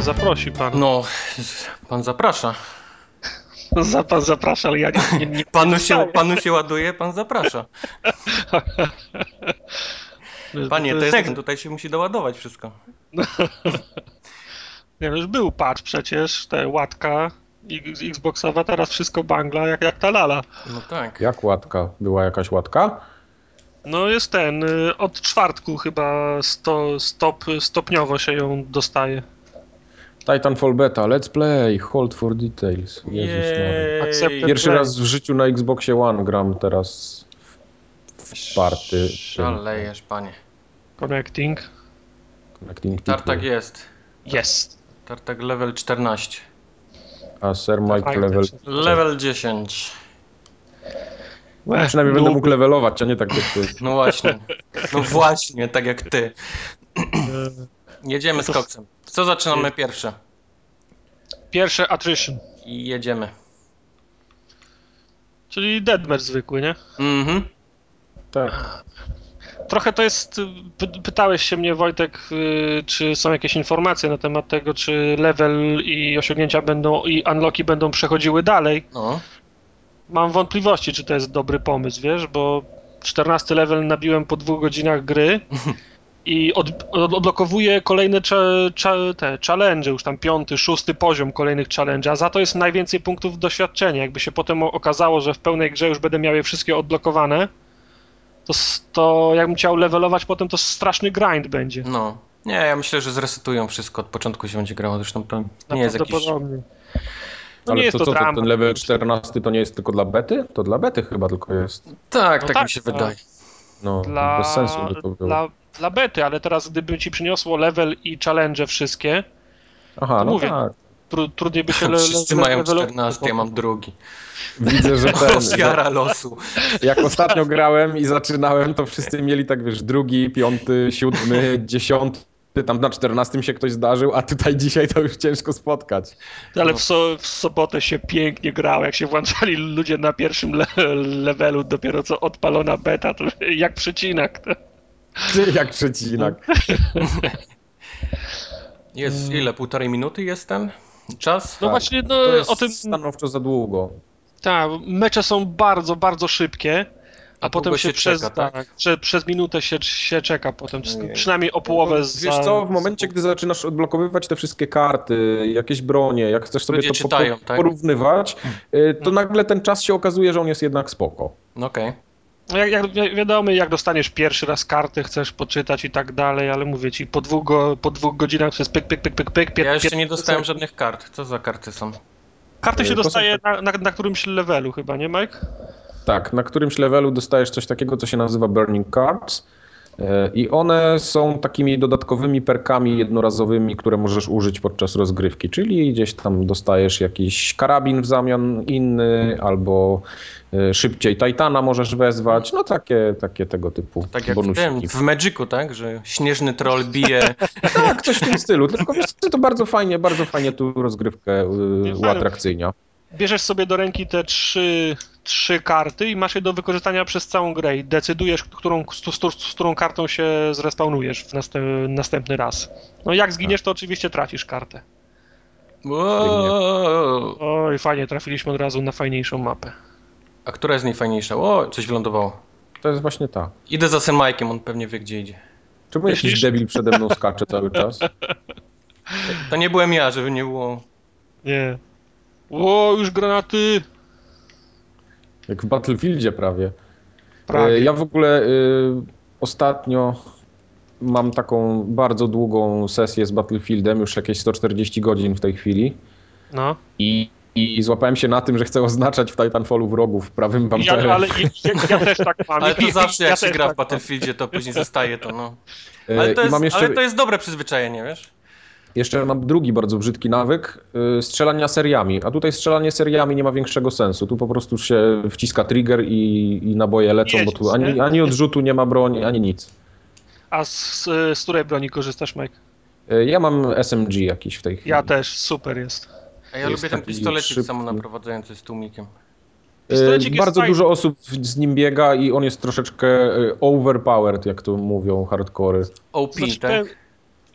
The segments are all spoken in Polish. Zaprosi pan. No, pan zaprasza. No, Za pan zaprasza, ale ja nie, nie, nie Panu się, panu się ładuje, pan zaprasza. Panie, to jest, tutaj się musi doładować wszystko. Nie, już był patch przecież, te łatka X- Xboxowa, teraz wszystko bangla, jak, jak ta lala. No tak. Jak łatka? Była jakaś łatka? No jest ten, y, od czwartku chyba sto, stop, stopniowo się ją dostaje. Titanfall Beta, let's play, hold for details. Jezus Maria. Accepted. Jej, Pierwszy raz w życiu na Xboxie One gram teraz w party. Szalejesz, panie. Connecting. Connecting people. Tartak jest. Jest. Tartak level 14. A Sir Tak, Mike level. Level 10. Łe, Przynajmniej no, będę mógł levelować, a nie tak jak ty. No właśnie. No właśnie, tak jak ty. e, Jedziemy z koksem. Co zaczynamy pierwsze? Pierwsze attrition, I jedziemy. czyli deadmatch zwykły, nie? Mhm. Tak. Trochę to jest. py- Pytałeś się mnie, Wojtek, y, czy są jakieś informacje na temat tego, czy level i osiągnięcia będą i unlocki będą przechodziły dalej. No. Mam wątpliwości, czy to jest dobry pomysł, wiesz, bo 14 level nabiłem po dwóch godzinach gry i od, od, odblokowuję kolejne cza, cza, te challenge, już tam piąty, szósty poziom kolejnych challenge, a za to jest najwięcej punktów doświadczenia. Jakby się potem o- okazało, że w pełnej grze już będę miał je wszystkie odblokowane, to, s- to jakbym chciał levelować potem, to straszny grind będzie. No. Nie, ja myślę, że zresetują wszystko. Od początku się będzie grało. Zresztą to nie jest jakiś... Prawdopodobnie. No Ale nie jest to, to, co, to dramat. ten level 14 to nie jest tylko dla bety? To dla bety chyba tylko jest. Tak, No tak, tak, mi się tak. wydaje. No, dla, bez sensu by to było. dla, dla bety, ale teraz gdyby ci przyniosło level i challenge wszystkie, Aha, to no mówię. tak. tru, trudniej by się le, Wszyscy le, mają levelować. 14, ja mam drugi. Widzę, że ten, Ofiara losu. Jak ostatnio grałem i zaczynałem, to wszyscy mieli tak, wiesz, drugi, piąty, siódmy, dziesiąty, tam na czternastym się ktoś zdarzył, a tutaj dzisiaj to już ciężko spotkać. Ale w, so, w sobotę się pięknie grało, jak się włączali ludzie na pierwszym le, levelu, dopiero co odpalona beta, to jak przecinak. Tak. Ty jak przecinak. Jest ile? Półtorej minuty jestem? Czas? Mm. No Tak, właśnie, no To jest o tym, stanowczo za długo. tak, mecze są bardzo, bardzo szybkie, a, potem długo się, się przez, czeka, tak? tak? prze, przez minutę się, się czeka potem, czy- Ojej. przynajmniej o połowę z. Wiesz co, w momencie, gdy zaczynasz odblokowywać te wszystkie karty, jakieś bronie, jak chcesz sobie Ludzie to po- czytają, tak? porównywać, y, to nagle ten czas się okazuje, że on jest jednak spoko. No Okej. No Jak, jak wi- wiadomo, jak dostaniesz pierwszy raz karty, chcesz poczytać i tak dalej, ale mówię ci, po dwóch, go, po dwóch godzinach przez pyk, pyk, pyk, pyk, pyk. pier- Ja jeszcze pier- nie dostałem żadnych kart. Co za karty są? Karty się To są- dostaje na, na, na którymś levelu chyba, nie Mike? Tak, na którymś levelu dostajesz coś takiego, co się nazywa Burning Cards. e, I one są takimi dodatkowymi perkami jednorazowymi, które możesz użyć podczas rozgrywki. Czyli gdzieś tam dostajesz jakiś karabin w zamian inny, albo e, szybciej Titana możesz wezwać. No takie, takie tego typu Tak jak w tym, bonusiki. w Magicu, tak? Że śnieżny troll bije. Tak, coś w tym stylu. Tylko wiesz, co, to bardzo fajnie, bardzo fajnie tu rozgrywkę Nie, y, fajnie. uatrakcyjnia. Bierzesz sobie do ręki te trzy, trzy karty i masz je do wykorzystania przez całą grę i decydujesz, którą, z, z, z którą kartą się zrespawnujesz w nastę, następny raz. No jak zginiesz, to oczywiście tracisz kartę. Wow. Oj, fajnie, trafiliśmy od razu na fajniejszą mapę. A która jest najfajniejsza? O, coś wylądowało. To jest właśnie ta. Idę za Semajkiem, on pewnie wie gdzie idzie. Czemu jakiś debil przede mną skacze cały czas? To nie byłem ja, żeby nie było. Nie. O, już granaty! Jak w Battlefieldzie prawie. Prawie. E, Ja w ogóle y, ostatnio mam taką bardzo długą sesję z Battlefieldem, już jakieś 140 godzin w tej chwili. No. I, i złapałem się na tym, że chcę oznaczać w Titanfallu wrogów prawym Ja, bumperem. ale ja, ja też tak mam. Ale to ja, zawsze jak się też gra w tak mam. Battlefieldzie, to później zostaje to, no. E, Ale to I mam jest, jeszcze, ale to jest dobre przyzwyczajenie, wiesz? jeszcze mam drugi bardzo brzydki nawyk y, strzelania seriami. A tutaj strzelanie seriami nie ma większego sensu. Tu po prostu się wciska trigger i, i naboje lecą, bo tu Jezus, ani, nie? ani odrzutu nie ma broni, ani nic. A z, z której broni korzystasz, Mike? Y, Ja mam SMG jakiś w tej chwili. Ja też, super jest. A ja Jest lubię ten taki pistolecik szybki. samonaprowadzający z tłumikiem. Pistolecik E, jest Bardzo fajny. dużo osób z nim biega i on jest troszeczkę e, overpowered, jak to mówią hardkory. OP, Znaczy, tak? powiem-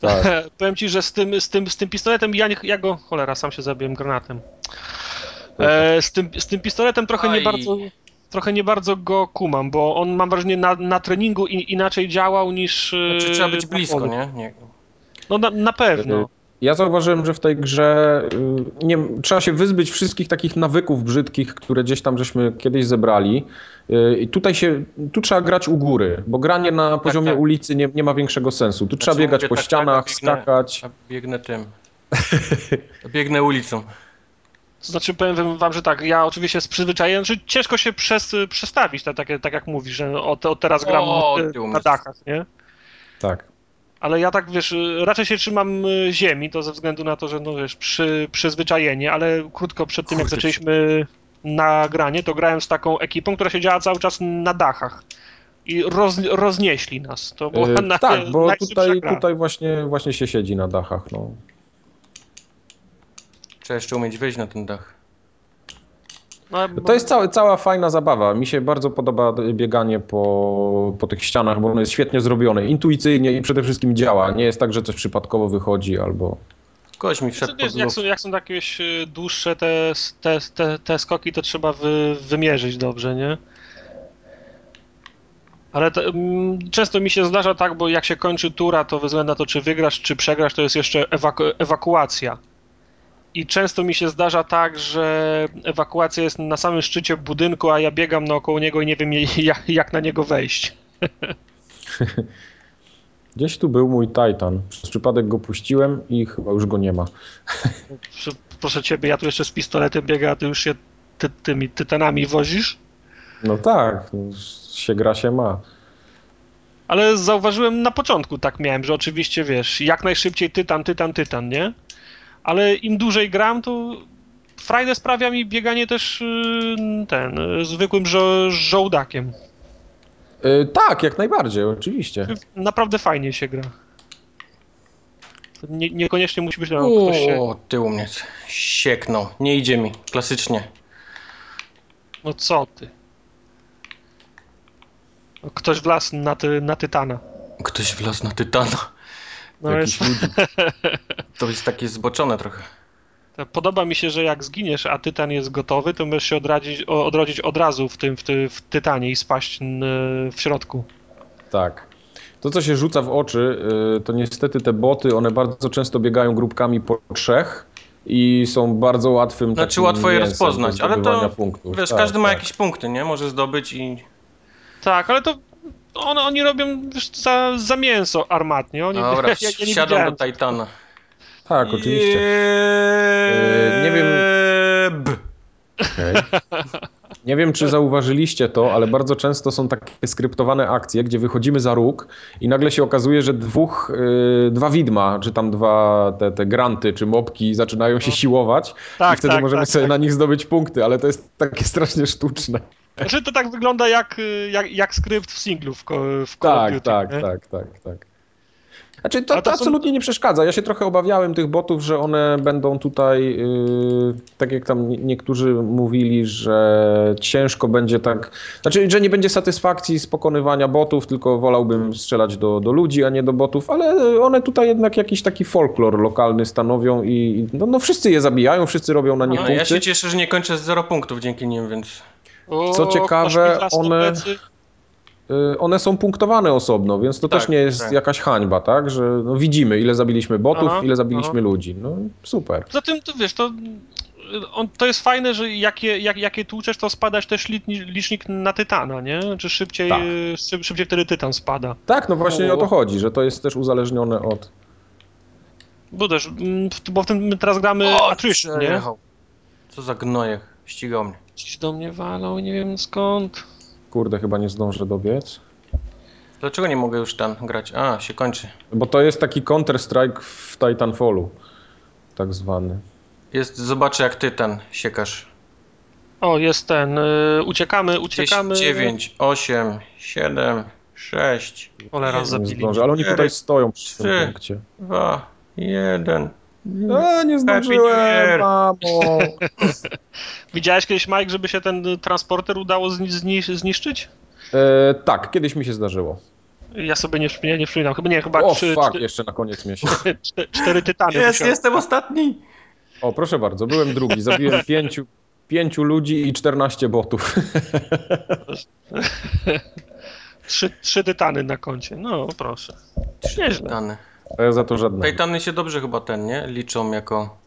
Tak. Powiem ci, że z tym, z tym, z tym pistoletem ja, nie, ja go. Cholera, sam się zabiłem granatem. E, z, tym, z tym pistoletem trochę Oj. nie bardzo. Trochę nie bardzo go kumam, bo on mam wrażenie na, na treningu i, inaczej działał niż. e, Znaczy, trzeba być na blisko, polu. nie? nie. No na, na pewno. E, Ja zauważyłem, że w tej grze y, nie, wiem, trzeba się wyzbyć wszystkich takich nawyków brzydkich, które gdzieś tam żeśmy kiedyś zebrali. Y, I tutaj się, tu trzeba grać u góry, bo granie na poziomie tak. ulicy nie, nie ma większego sensu. Tu trzeba biegać mówię po tak, tak, ścianach, biegnę. skakać. Ja biegnę tym. Biegnę ulicą. To znaczy powiem wam, że tak, ja oczywiście z przyzwyczajeniem, że ciężko się przez, przestawić, tak, tak, tak jak mówisz, że od, od teraz gram O, e, ty na umysł. dachach, nie? Tak. Ale ja tak, wiesz, y, raczej się trzymam y, ziemi, to ze względu na to, że, no wiesz, przy, przyzwyczajenie, ale krótko przed tym, jak Kurde, zaczęliśmy nagranie, to grałem z taką ekipą, która siedziała cały czas na dachach. I roz, roznieśli nas. To była Y, na, tak, bo najszybsza tutaj, gra. tutaj właśnie, właśnie się siedzi na dachach. No. Trzeba jeszcze umieć wyjść na ten dach. No, To jest cała, cała fajna zabawa. Mi się bardzo podoba bieganie po, po tych ścianach, bo ono jest świetnie zrobione, intuicyjnie i przede wszystkim działa. Nie jest tak, że coś przypadkowo wychodzi albo... Ktoś mi wszedł Znaczy, pod wiesz, jak, luf. są, jak są jakieś y, dłuższe te, te, te, te skoki, to trzeba wy, wymierzyć dobrze, nie? Ale to, mm, często mi się zdarza tak, bo jak się kończy tura, to bez względu na to, czy wygrasz, czy przegrasz, to jest jeszcze ewaku- ewakuacja. I często mi się zdarza tak, że ewakuacja jest na samym szczycie budynku, a ja biegam naokoło niego i nie wiem jak, jak na niego wejść. Gdzieś tu był mój Titan. Przez przypadek go puściłem i chyba już go nie ma. Przy- Proszę ciebie, ja tu jeszcze z pistoletem biegam, a ty już się ty, tymi tytanami wozisz? No tak, się gra się ma. Ale zauważyłem na początku, tak miałem, że oczywiście wiesz, jak najszybciej tytan, tytan, tytan, nie? Ale im dłużej gram, to frajdę sprawia mi bieganie też y, ten, y, zwykłym żo- żołdakiem. Y, tak, jak najbardziej, oczywiście. Naprawdę fajnie się gra. Nie, niekoniecznie musi być, że ktoś się... O, ty u mnie sieknął. Nie idzie mi, klasycznie. No co ty? No, Ktoś wlazł na, ty, na tytana. Ktoś wlazł na tytana. No Jakiś jest, ludzik. To jest takie zboczone trochę. podoba mi się, że jak zginiesz, a tytan jest gotowy, to możesz się odradzić, o- odrodzić od razu w tym w, ty, w tytanie i spaść n, w środku. Tak. To, co się rzuca w oczy, y, to niestety te boty, one bardzo często biegają grupkami po trzech i są bardzo łatwym Znaczy, takim łatwo je mięsem do rozpoznać, ale to, zdobywania punktów. Wiesz, Tak, każdy ma tak. jakieś punkty, nie? Może zdobyć i... Tak, ale to on, oni robią wiesz, za, za mięso armatnie. Oni, No Dobra, ja, No ja nie wsiadam widziałem. do Titana. Tak, oczywiście. Eee, nie wiem- b. Nie wiem, czy zauważyliście to, ale bardzo często są takie skryptowane akcje, gdzie wychodzimy za róg i nagle się okazuje, że dwóch, y, dwa widma, czy tam dwa te, te granty, czy mopki zaczynają No. się siłować i tak, wtedy tak, możemy tak, sobie tak. na nich zdobyć punkty, ale to jest takie strasznie sztuczne. Znaczy, to tak wygląda jak, y, jak, jak skrypt w singlu w, ko- w Call of Tak, Duty, tak, nie? tak, tak, tak. Znaczy to, Ale to to są- absolutnie nie przeszkadza. Ja się trochę obawiałem tych botów, że one będą tutaj, yy, tak jak tam nie- niektórzy mówili, że ciężko będzie tak, znaczy, że nie będzie satysfakcji z pokonywania botów, tylko wolałbym strzelać do, do ludzi, a nie do botów, ale one tutaj jednak jakiś taki folklor lokalny stanowią i i no, no wszyscy je zabijają, wszyscy robią na nich No, punkty. ja się cieszę, że nie kończę z 0 punktów dzięki nim, więc... O, Co ciekawe, koszmik lasnopecy. one- Y, one są punktowane osobno, więc to Tak, też nie jest tak. jakaś hańba, tak? Że no, widzimy, ile zabiliśmy botów, Aha, ile zabiliśmy aha. ludzi. No super. Poza tym, to wiesz, to, on, to jest fajne, że jakie, jak, jakie tłuczesz, to spadać też lit- licznik na Tytana, nie? Czy szybciej, Tak. szyb, szybciej wtedy Tytan spada. Tak, no właśnie No. o to chodzi, że to jest też uzależnione od. Bo też, mm, w- bo w tym my teraz gramy attrition, nie? przejechał. Co za gnojek, ścigał mnie. Dziś do mnie walą, nie wiem skąd. Kurde, chyba nie zdążę dobiec. Dlaczego nie mogę już tam grać? A, się kończy. Bo to jest taki Counter-Strike w Titanfallu, tak zwany. Jest, zobaczę jak ty ten siekasz. O, jest ten, y, uciekamy, 10, uciekamy. 9, 8, 7, 6, Cholera, Nie zabili. zdążę, ale oni tutaj Cztery, stoją przy trzy. tym punkcie. 2, 1. A, nie Year. zdążyłem, mamo. Widziałeś kiedyś, Mike, żeby się ten y, transporter udało zni- zni- zniszczyć? E, tak, kiedyś mi się zdarzyło. Ja sobie nie, nie, nie przypominam. Chyba nie, chyba o, trzy, fuck, cztery, jeszcze na koniec miesiąca. cztery, cztery tytany. Jest, musiałem- jestem ostatni! O, proszę bardzo, byłem drugi. Zabiłem pięciu, pięciu ludzi i 14 botów. Trzy, trzy tytany na koncie. No proszę. Nieźle. Titany. A ja za to żadnego. Titany się dobrze chyba ten, nie? Liczą jako...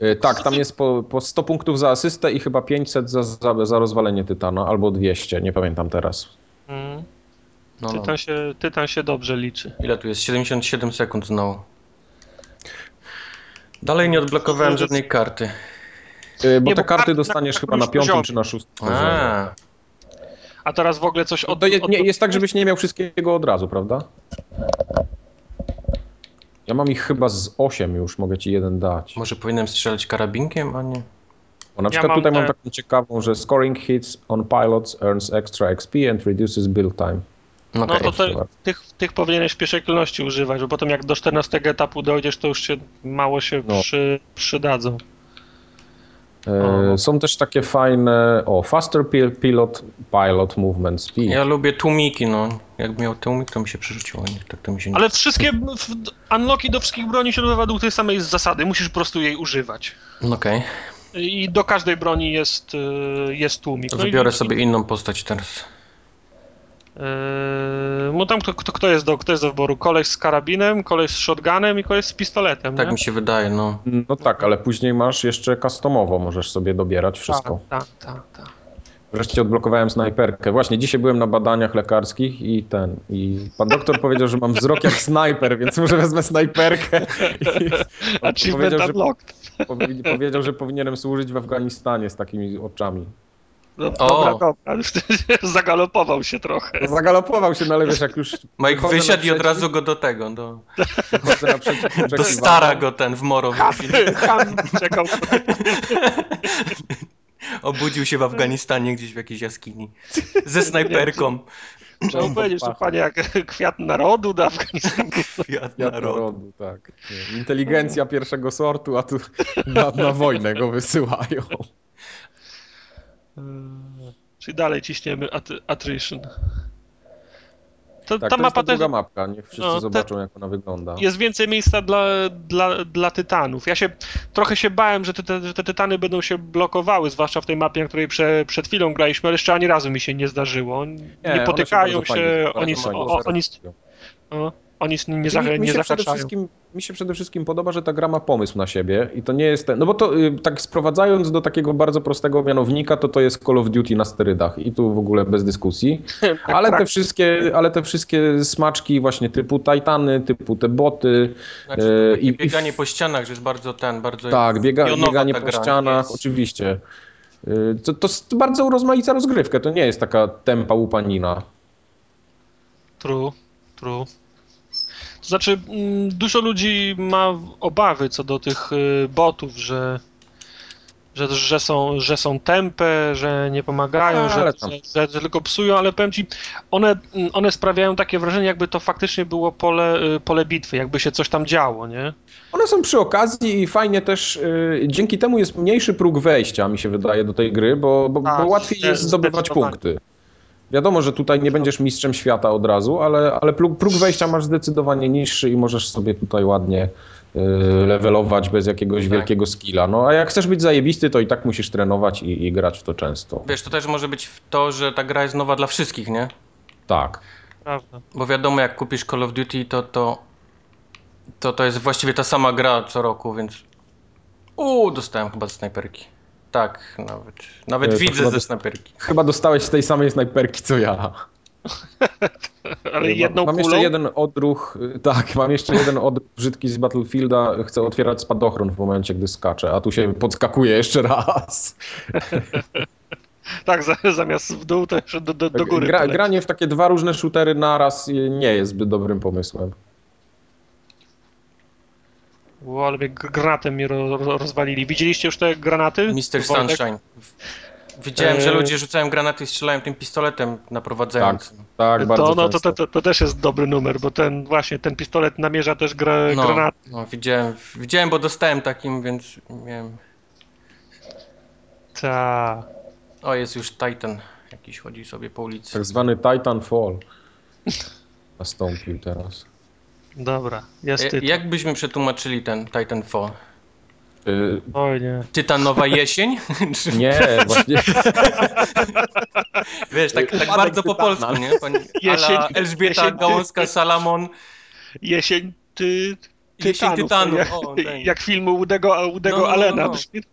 E, Tak, tam jest po, po 100 punktów za asystę i chyba 500 za, za, za rozwalenie Tytana, albo 200, nie pamiętam teraz. Mm. No, no. Tytan, się, tytan się dobrze liczy. Ile tu jest? 77 sekund znowu. Dalej nie odblokowałem żadnej karty. E, Bo Nie, te bo karty karty dostaniesz na chyba na którymś piątym poziomie. czy na szóstym. poziomie. A, A teraz w ogóle coś od... To je, od- nie, jest tak, żebyś nie miał wszystkiego od razu, prawda? Ja mam ich chyba z 8 już, mogę ci jeden dać. może powinienem strzelać karabinkiem, a nie... Bo na Ja przykład mam tutaj mam te- taką ciekawą, że scoring hits on pilots earns extra XP and reduces build time. No, No to okej. te, tych, tych powinieneś w pierwszej kolejności używać, bo potem jak do 14 etapu dojdziesz, to już się mało się No. przy, przydadzą. E, są też takie fajne, o, faster pil- pilot, pilot movement speed. Ja lubię tłumiki, no. Jak miał tłumik, to mi się przerzuciło. Nie, tak to mi się No. nie... Ale wszystkie w, unlocki do wszystkich broni się dowodzą tej samej zasady, musisz po prostu jej używać. No Okej, I do każdej broni jest, y, jest tłumik. to No i- wybiorę sobie inną postać teraz. Yy, E, no tam kto, kto, kto, jest do, kto jest do wyboru? Koleś z karabinem, koleś z shotgunem i koleś z pistoletem. Tak nie? mi się wydaje, no. No tak, ale później masz jeszcze customowo, możesz sobie dobierać wszystko. Tak, tak, tak. tak. Wreszcie odblokowałem snajperkę. Właśnie dzisiaj byłem na badaniach lekarskich i ten. I pan doktor powiedział, że mam wzrok jak snajper, więc może wezmę snajperkę. I on Achievement No, powiedział, że, unlocked. powi- powiedział, że powinienem służyć w Afganistanie z takimi oczami. No, O! dobra, dobra. Zagalopował się trochę. Zagalopował się, no ale wiesz, jak już. Mike wychodzę wysiadł i od naprzeciw- razu go do tego, do, wychodzę naprzeciw do oczekiwaniom. stara go ten w moro. wysiadł. Tam czekał. Obudził się w Afganistanie gdzieś w jakiejś jaskini. Ze snajperką. Trzeba powiedzieć, No, że panie, jak kwiat narodu do Afganistanu. Kwiat Kwiat narodu. narodu, tak. Nie. No. Inteligencja pierwszego sortu, a tu na, na wojnę go wysyłają. Yy, Czyli dalej ciśniemy at- attrition. To, Tak, No, ta to jest mapa ta też druga no. mapka, niech wszyscy No, te- zobaczą, jak ona wygląda. jest więcej miejsca dla, dla, dla tytanów. Ja się trochę się bałem, że te, że te tytany będą się blokowały, zwłaszcza w tej mapie, na której prze, przed chwilą graliśmy, ale jeszcze ani razu mi się nie zdarzyło. Nie, one potykają bardzo się, fajnie oni, sprawdzają, bardzo o, fajnie o, oni, sprawdzają. o, oni nie, Mi- nie, zach, mi, nie się przede zahaczają. wszystkim, mi się przede wszystkim podoba, że ta gra ma pomysł na siebie i to nie jest ten, no bo to y, tak sprowadzając do takiego bardzo prostego mianownika, to to jest Call of Duty na sterydach i tu w ogóle bez dyskusji, Tak, Tak, ale, te wszystkie, ale te wszystkie smaczki właśnie typu Titany, typu te boty, Znaczy, e, i, i bieganie po ścianach, że jest bardzo ten, bardzo... Tak, biega, pionowa bieganie ta po gra, nie ścianach, jest- oczywiście. Y, To, to s- bardzo rozmaica rozgrywkę, to nie jest taka tempa łupanina. True, true. To znaczy, mm, dużo ludzi ma obawy co do tych y, botów, że, że, że, są, że są tępe, że nie pomagają, że, Tak, Ale tam- że, że, że tylko psują, ale powiem ci, one, mm, one sprawiają takie wrażenie, jakby to faktycznie było pole, y, pole bitwy, jakby się coś tam działo, nie? One są przy okazji i fajnie też, y, dzięki temu jest mniejszy próg wejścia, mi się wydaje, do tej gry, bo, bo, Tak, bo łatwiej zde- jest zdobywać zdecydowanie. punkty. Wiadomo, że tutaj nie będziesz mistrzem świata od razu, ale, ale próg, próg wejścia masz zdecydowanie niższy i możesz sobie tutaj ładnie y, levelować bez jakiegoś Tak. wielkiego skilla. No a jak chcesz być zajebisty, to i tak musisz trenować i, i grać w to często. Wiesz, to też może być w to, że ta gra jest nowa dla wszystkich, nie? Tak. Prawda. Bo wiadomo, jak kupisz Call of Duty, to to, to, to jest właściwie ta sama gra co roku, więc... Uuu, dostałem chyba ze snajperki. Tak, nawet, nawet E, to widzę chyba ze dost- snajperki. Chyba dostałeś z tej samej snajperki co ja. Ale jedną mam kulą, jeszcze jeden odruch, y, tak, mam jeszcze jeden odruch brzydki z Battlefielda, chcę otwierać spadochron w momencie, gdy skaczę, a tu się podskakuje jeszcze raz. tak, za- zamiast w dół, to jeszcze do, do, do góry. Gra, poleci. granie w takie dwa różne shootery naraz y, nie jest zbyt dobrym pomysłem. Ło, ale mnie gr- granatem mnie ro, ro, rozwalili. Widzieliście już te granaty? Mr. Wojtek? Sunshine. Widziałem, że Eee. ludzie rzucają granaty i strzelają tym pistoletem naprowadzając. Tak, bardzo to, no, to, często. to, to, to też jest dobry numer, bo ten właśnie ten pistolet namierza też gra, No, granat. no widziałem, widziałem, bo dostałem takim, więc miałem... Ta. O, jest już Titan. Jakiś chodzi sobie po ulicy. Tak zwany Titanfall. nastąpił teraz. Dobra, jest E, tytuł. Jak byśmy przetłumaczyli ten Titanfall? Y, Oj nie. Tytanowa jesień? Czy- Nie, właśnie. Wiesz, tak, tak Upadek bardzo po tytana. polsku, nie? Pani Jesień- Ala Elżbieta jesień- Gałązka-Salamon, Jesień ty... Tytanów, jesień tytanu. jak, O, dang. jak filmu Udego, Udego No, no, no, Allena. no. brzmi.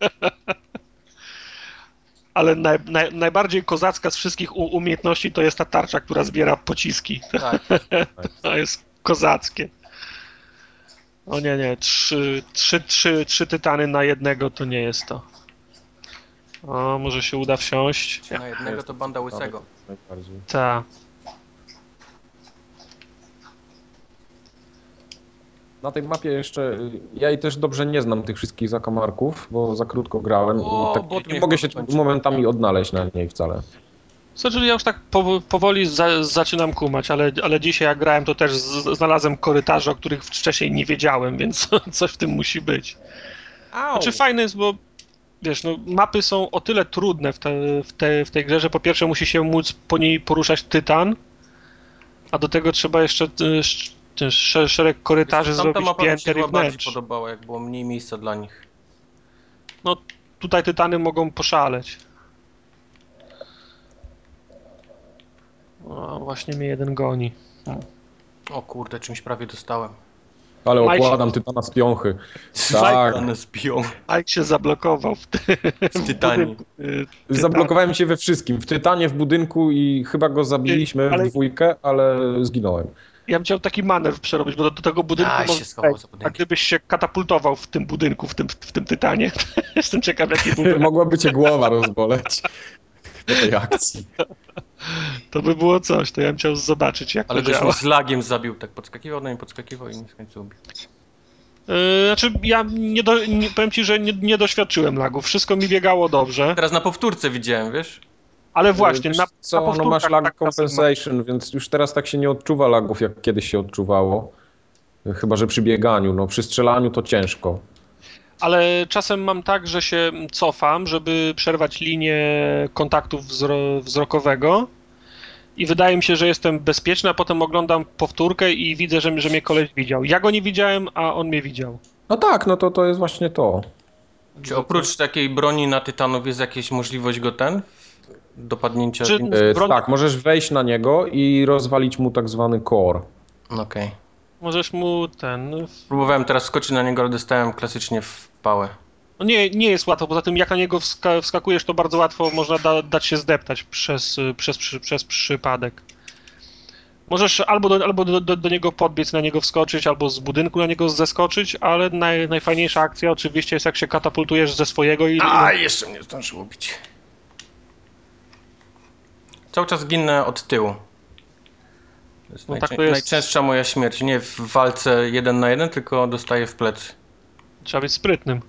Ale naj, naj, najbardziej kozacka z wszystkich u, umiejętności to jest ta tarcza, która zbiera pociski. tak. To jest kozackie. O nie, nie, trzy, trzy, trzy, trzy tytany na jednego to nie jest to. O, może się uda wsiąść. Na jednego to banda łysego. Najbardziej. Ta. Na tej mapie jeszcze. y, Ja jej też dobrze nie znam tych wszystkich zakamarków, bo za krótko grałem O, No, i bot tak mnie nie mogę się kończy. momentami odnaleźć na niej wcale. Znaczy, ja już tak powo- powoli za, zaczynam kumać, ale, ale dzisiaj jak grałem, to też z, znalazłem korytarze, o których wcześniej nie wiedziałem, więc coś w tym musi być. Znaczy fajne jest, bo wiesz, no, mapy są o tyle trudne w, te, w, te, w tej grze, że po pierwsze musi się móc po niej poruszać tytan, a do tego trzeba jeszcze y, sz- ten sze- szereg korytarzy Tamta zrobić mapa mi się pięter i chyba bardziej wnętrz. podobała, jak było mniej miejsca dla nich. No tutaj tytany mogą poszaleć. O, właśnie mnie jeden goni. O kurde, czymś prawie dostałem. Ale Mike- okładam tytana z piąchy. Tak. Titan spią Mike się zablokował w tym. Y, z Tytanii. Tytan. Zablokowałem się we wszystkim. W Tytanie, w budynku i chyba go zabiliśmy Ale- w dwójkę, ale zginąłem. Ja bym chciał taki manewr przerobić, bo do, do tego budynku. Aj, można się schował wejść. za A budynkiem. gdybyś się katapultował w tym budynku, w tym, w tym tytanie, jestem ciekaw, jaki był. Mogłaby cię głowa rozboleć po tej akcji. To by było coś, to ja bym chciał zobaczyć, jak Ale to goś mnie działa. z lagiem zabił, tak podskakiwał na mnie, podskakiwał i mnie w końcu ubił. Yy, znaczy, ja nie do, nie, powiem ci, że nie, nie doświadczyłem lagów. Wszystko mi biegało dobrze, Teraz na powtórce widziałem, wiesz? ale właśnie, Y, Wiesz na, na co, no powtórkach masz lag tak czasem ma- compensation, więc już teraz tak się nie odczuwa lagów, jak kiedyś się odczuwało. Chyba, że przy bieganiu, no przy strzelaniu to ciężko. Ale czasem mam tak, że się cofam, żeby przerwać linię kontaktu wzro- wzrokowego. I wydaje mi się, że jestem bezpieczny, a potem oglądam powtórkę i widzę, że, że mnie koleś widział. Ja go nie widziałem, a on mnie widział. No tak, no to, to jest właśnie to. No Czy oprócz takiej broni na Tytanów jest jakaś możliwość go ten? Dopadnięcia... Czy- Okej. E, Broń- Tak, możesz wejść na niego i rozwalić mu tak zwany core. Możesz mu ten. No Próbowałem teraz skoczyć na niego, ale dostałem klasycznie w pałę. No nie, nie jest łatwo, poza tym jak na niego wska- wskakujesz, to bardzo łatwo można da- dać się zdeptać przez, y, przez, przy- przez przypadek. Możesz albo, do, albo do, do, do niego podbiec, na niego wskoczyć, albo z budynku na niego zeskoczyć, ale naj, najfajniejsza akcja oczywiście jest jak się katapultujesz ze swojego i... A, jeszcze mnie zdążyło bić. Cały czas ginę od tyłu. To jest, No najczę- tak to jest. najczęstsza moja śmierć. Nie w walce jeden na jeden, tylko dostaję w plec. Trzeba być sprytnym.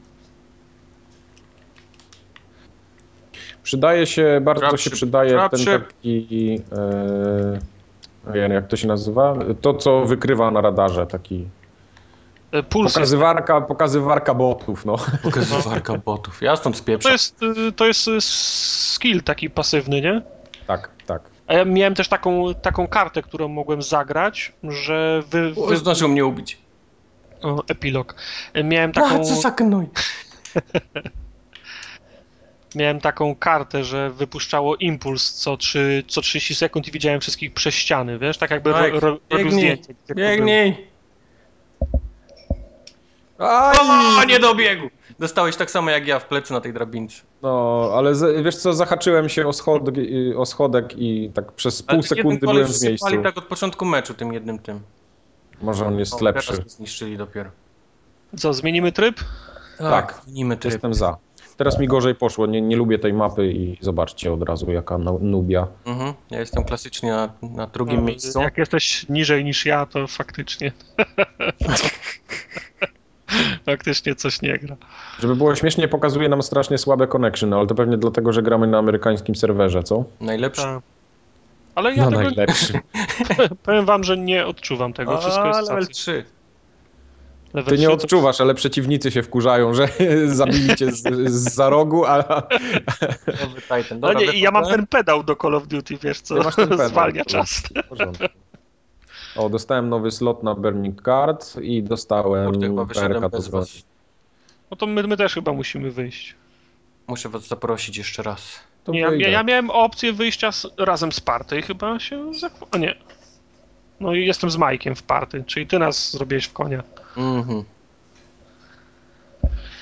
Przydaje się, bardzo Trap się ship, przydaje trap ten ship. taki, e, nie wiem, jak to się nazywa, to co wykrywa na radarze, taki E, Puls jest, pokazywarka, pokazywarka botów, no. Pokazywarka botów. Ja stąd to spieprzę. jest, y, to jest y, skill taki pasywny, nie? Tak, tak. A ja miałem też taką, taką kartę, którą mogłem zagrać, że wy... O, wy... zdążył mnie ubić. O, epilog. E, Miałem Taką... taką... A, Tak, co za gnój. Miałem taką kartę, że wypuszczało impuls co, 3, co 30 sekund i widziałem wszystkich przez ściany, wiesz? Tak jakby ro, Tak, ro, robił biegnij, zdjęcie. gdzie kto Biegnij. O, Aj! nie dobiegł. Dostałeś tak samo jak ja w plecy na tej drabince. No, ale z, wiesz co, zahaczyłem się o, schod, y, o schodek i tak przez Ale pół ten sekundy jeden byłem koleś w miejscu. sypali tak od początku meczu tym jednym tym. Może on O, jest Teraz lepszy. mnie zniszczyli dopiero. był. Co, zmienimy tryb? Tak. Zmienimy tryb. Tak. Jestem za. Teraz mi gorzej poszło, nie, nie lubię tej mapy i zobaczcie od razu jaka nu- nubia. Mhm. Ja jestem klasycznie na, na drugim No, miejscu. Jak jesteś niżej niż ja, to faktycznie... faktycznie coś nie gra. Żeby było śmiesznie, pokazuje nam strasznie słabe connection, ale to pewnie dlatego, że gramy na amerykańskim serwerze, co? Najlepszy. Tak. Ale ja Na tego, najlepszy. powiem wam, że nie odczuwam tego. Wszystko jest level cacy. 3. Level Ty trzy nie to- odczuwasz, ale przeciwnicy się wkurzają, że zabili cię z, z za rogu, a Nowy Titan. No Dobra, nie, i ja mam wychodzę. ten pedał do Call of Duty, wiesz co, Ty masz ten pedał, zwalnia kurwa. czas. w porządku. O, dostałem nowy slot na Burning Card i dostałem Kurde, chyba perka wyszedłem do bez was. zbroi. No to my, my też chyba musimy wyjść. Muszę was zaprosić jeszcze raz. To Nie, ja, wyjdę. ja, ja miałem opcję wyjścia z, razem z party chyba się zachw... A nie. No i jestem z Majkiem w party, czyli ty nas zrobiłeś w konia. Mhm.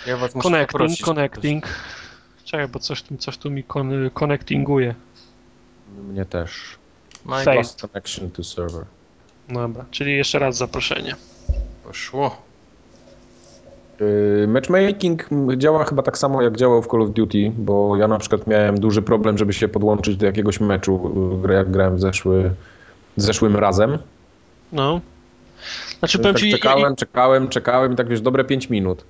Ja was muszę Connecting, zaprosić. connecting. Czekaj, bo coś, tu- coś tu mi kon- connectinguje. Mnie też. No i Fake. Lost connection to server. No Dobra, czyli jeszcze raz zaproszenie. poszło. Yy, Matchmaking działa chyba tak samo jak działał w Call of Duty, bo ja na przykład miałem duży problem, żeby się podłączyć do jakiegoś meczu, yy, jak grałem w zeszły, zeszłym razem. No. Znaczy powiem Tak ci, czekałem, czekałem, czekałem i tak wiesz, dobre 5 minut.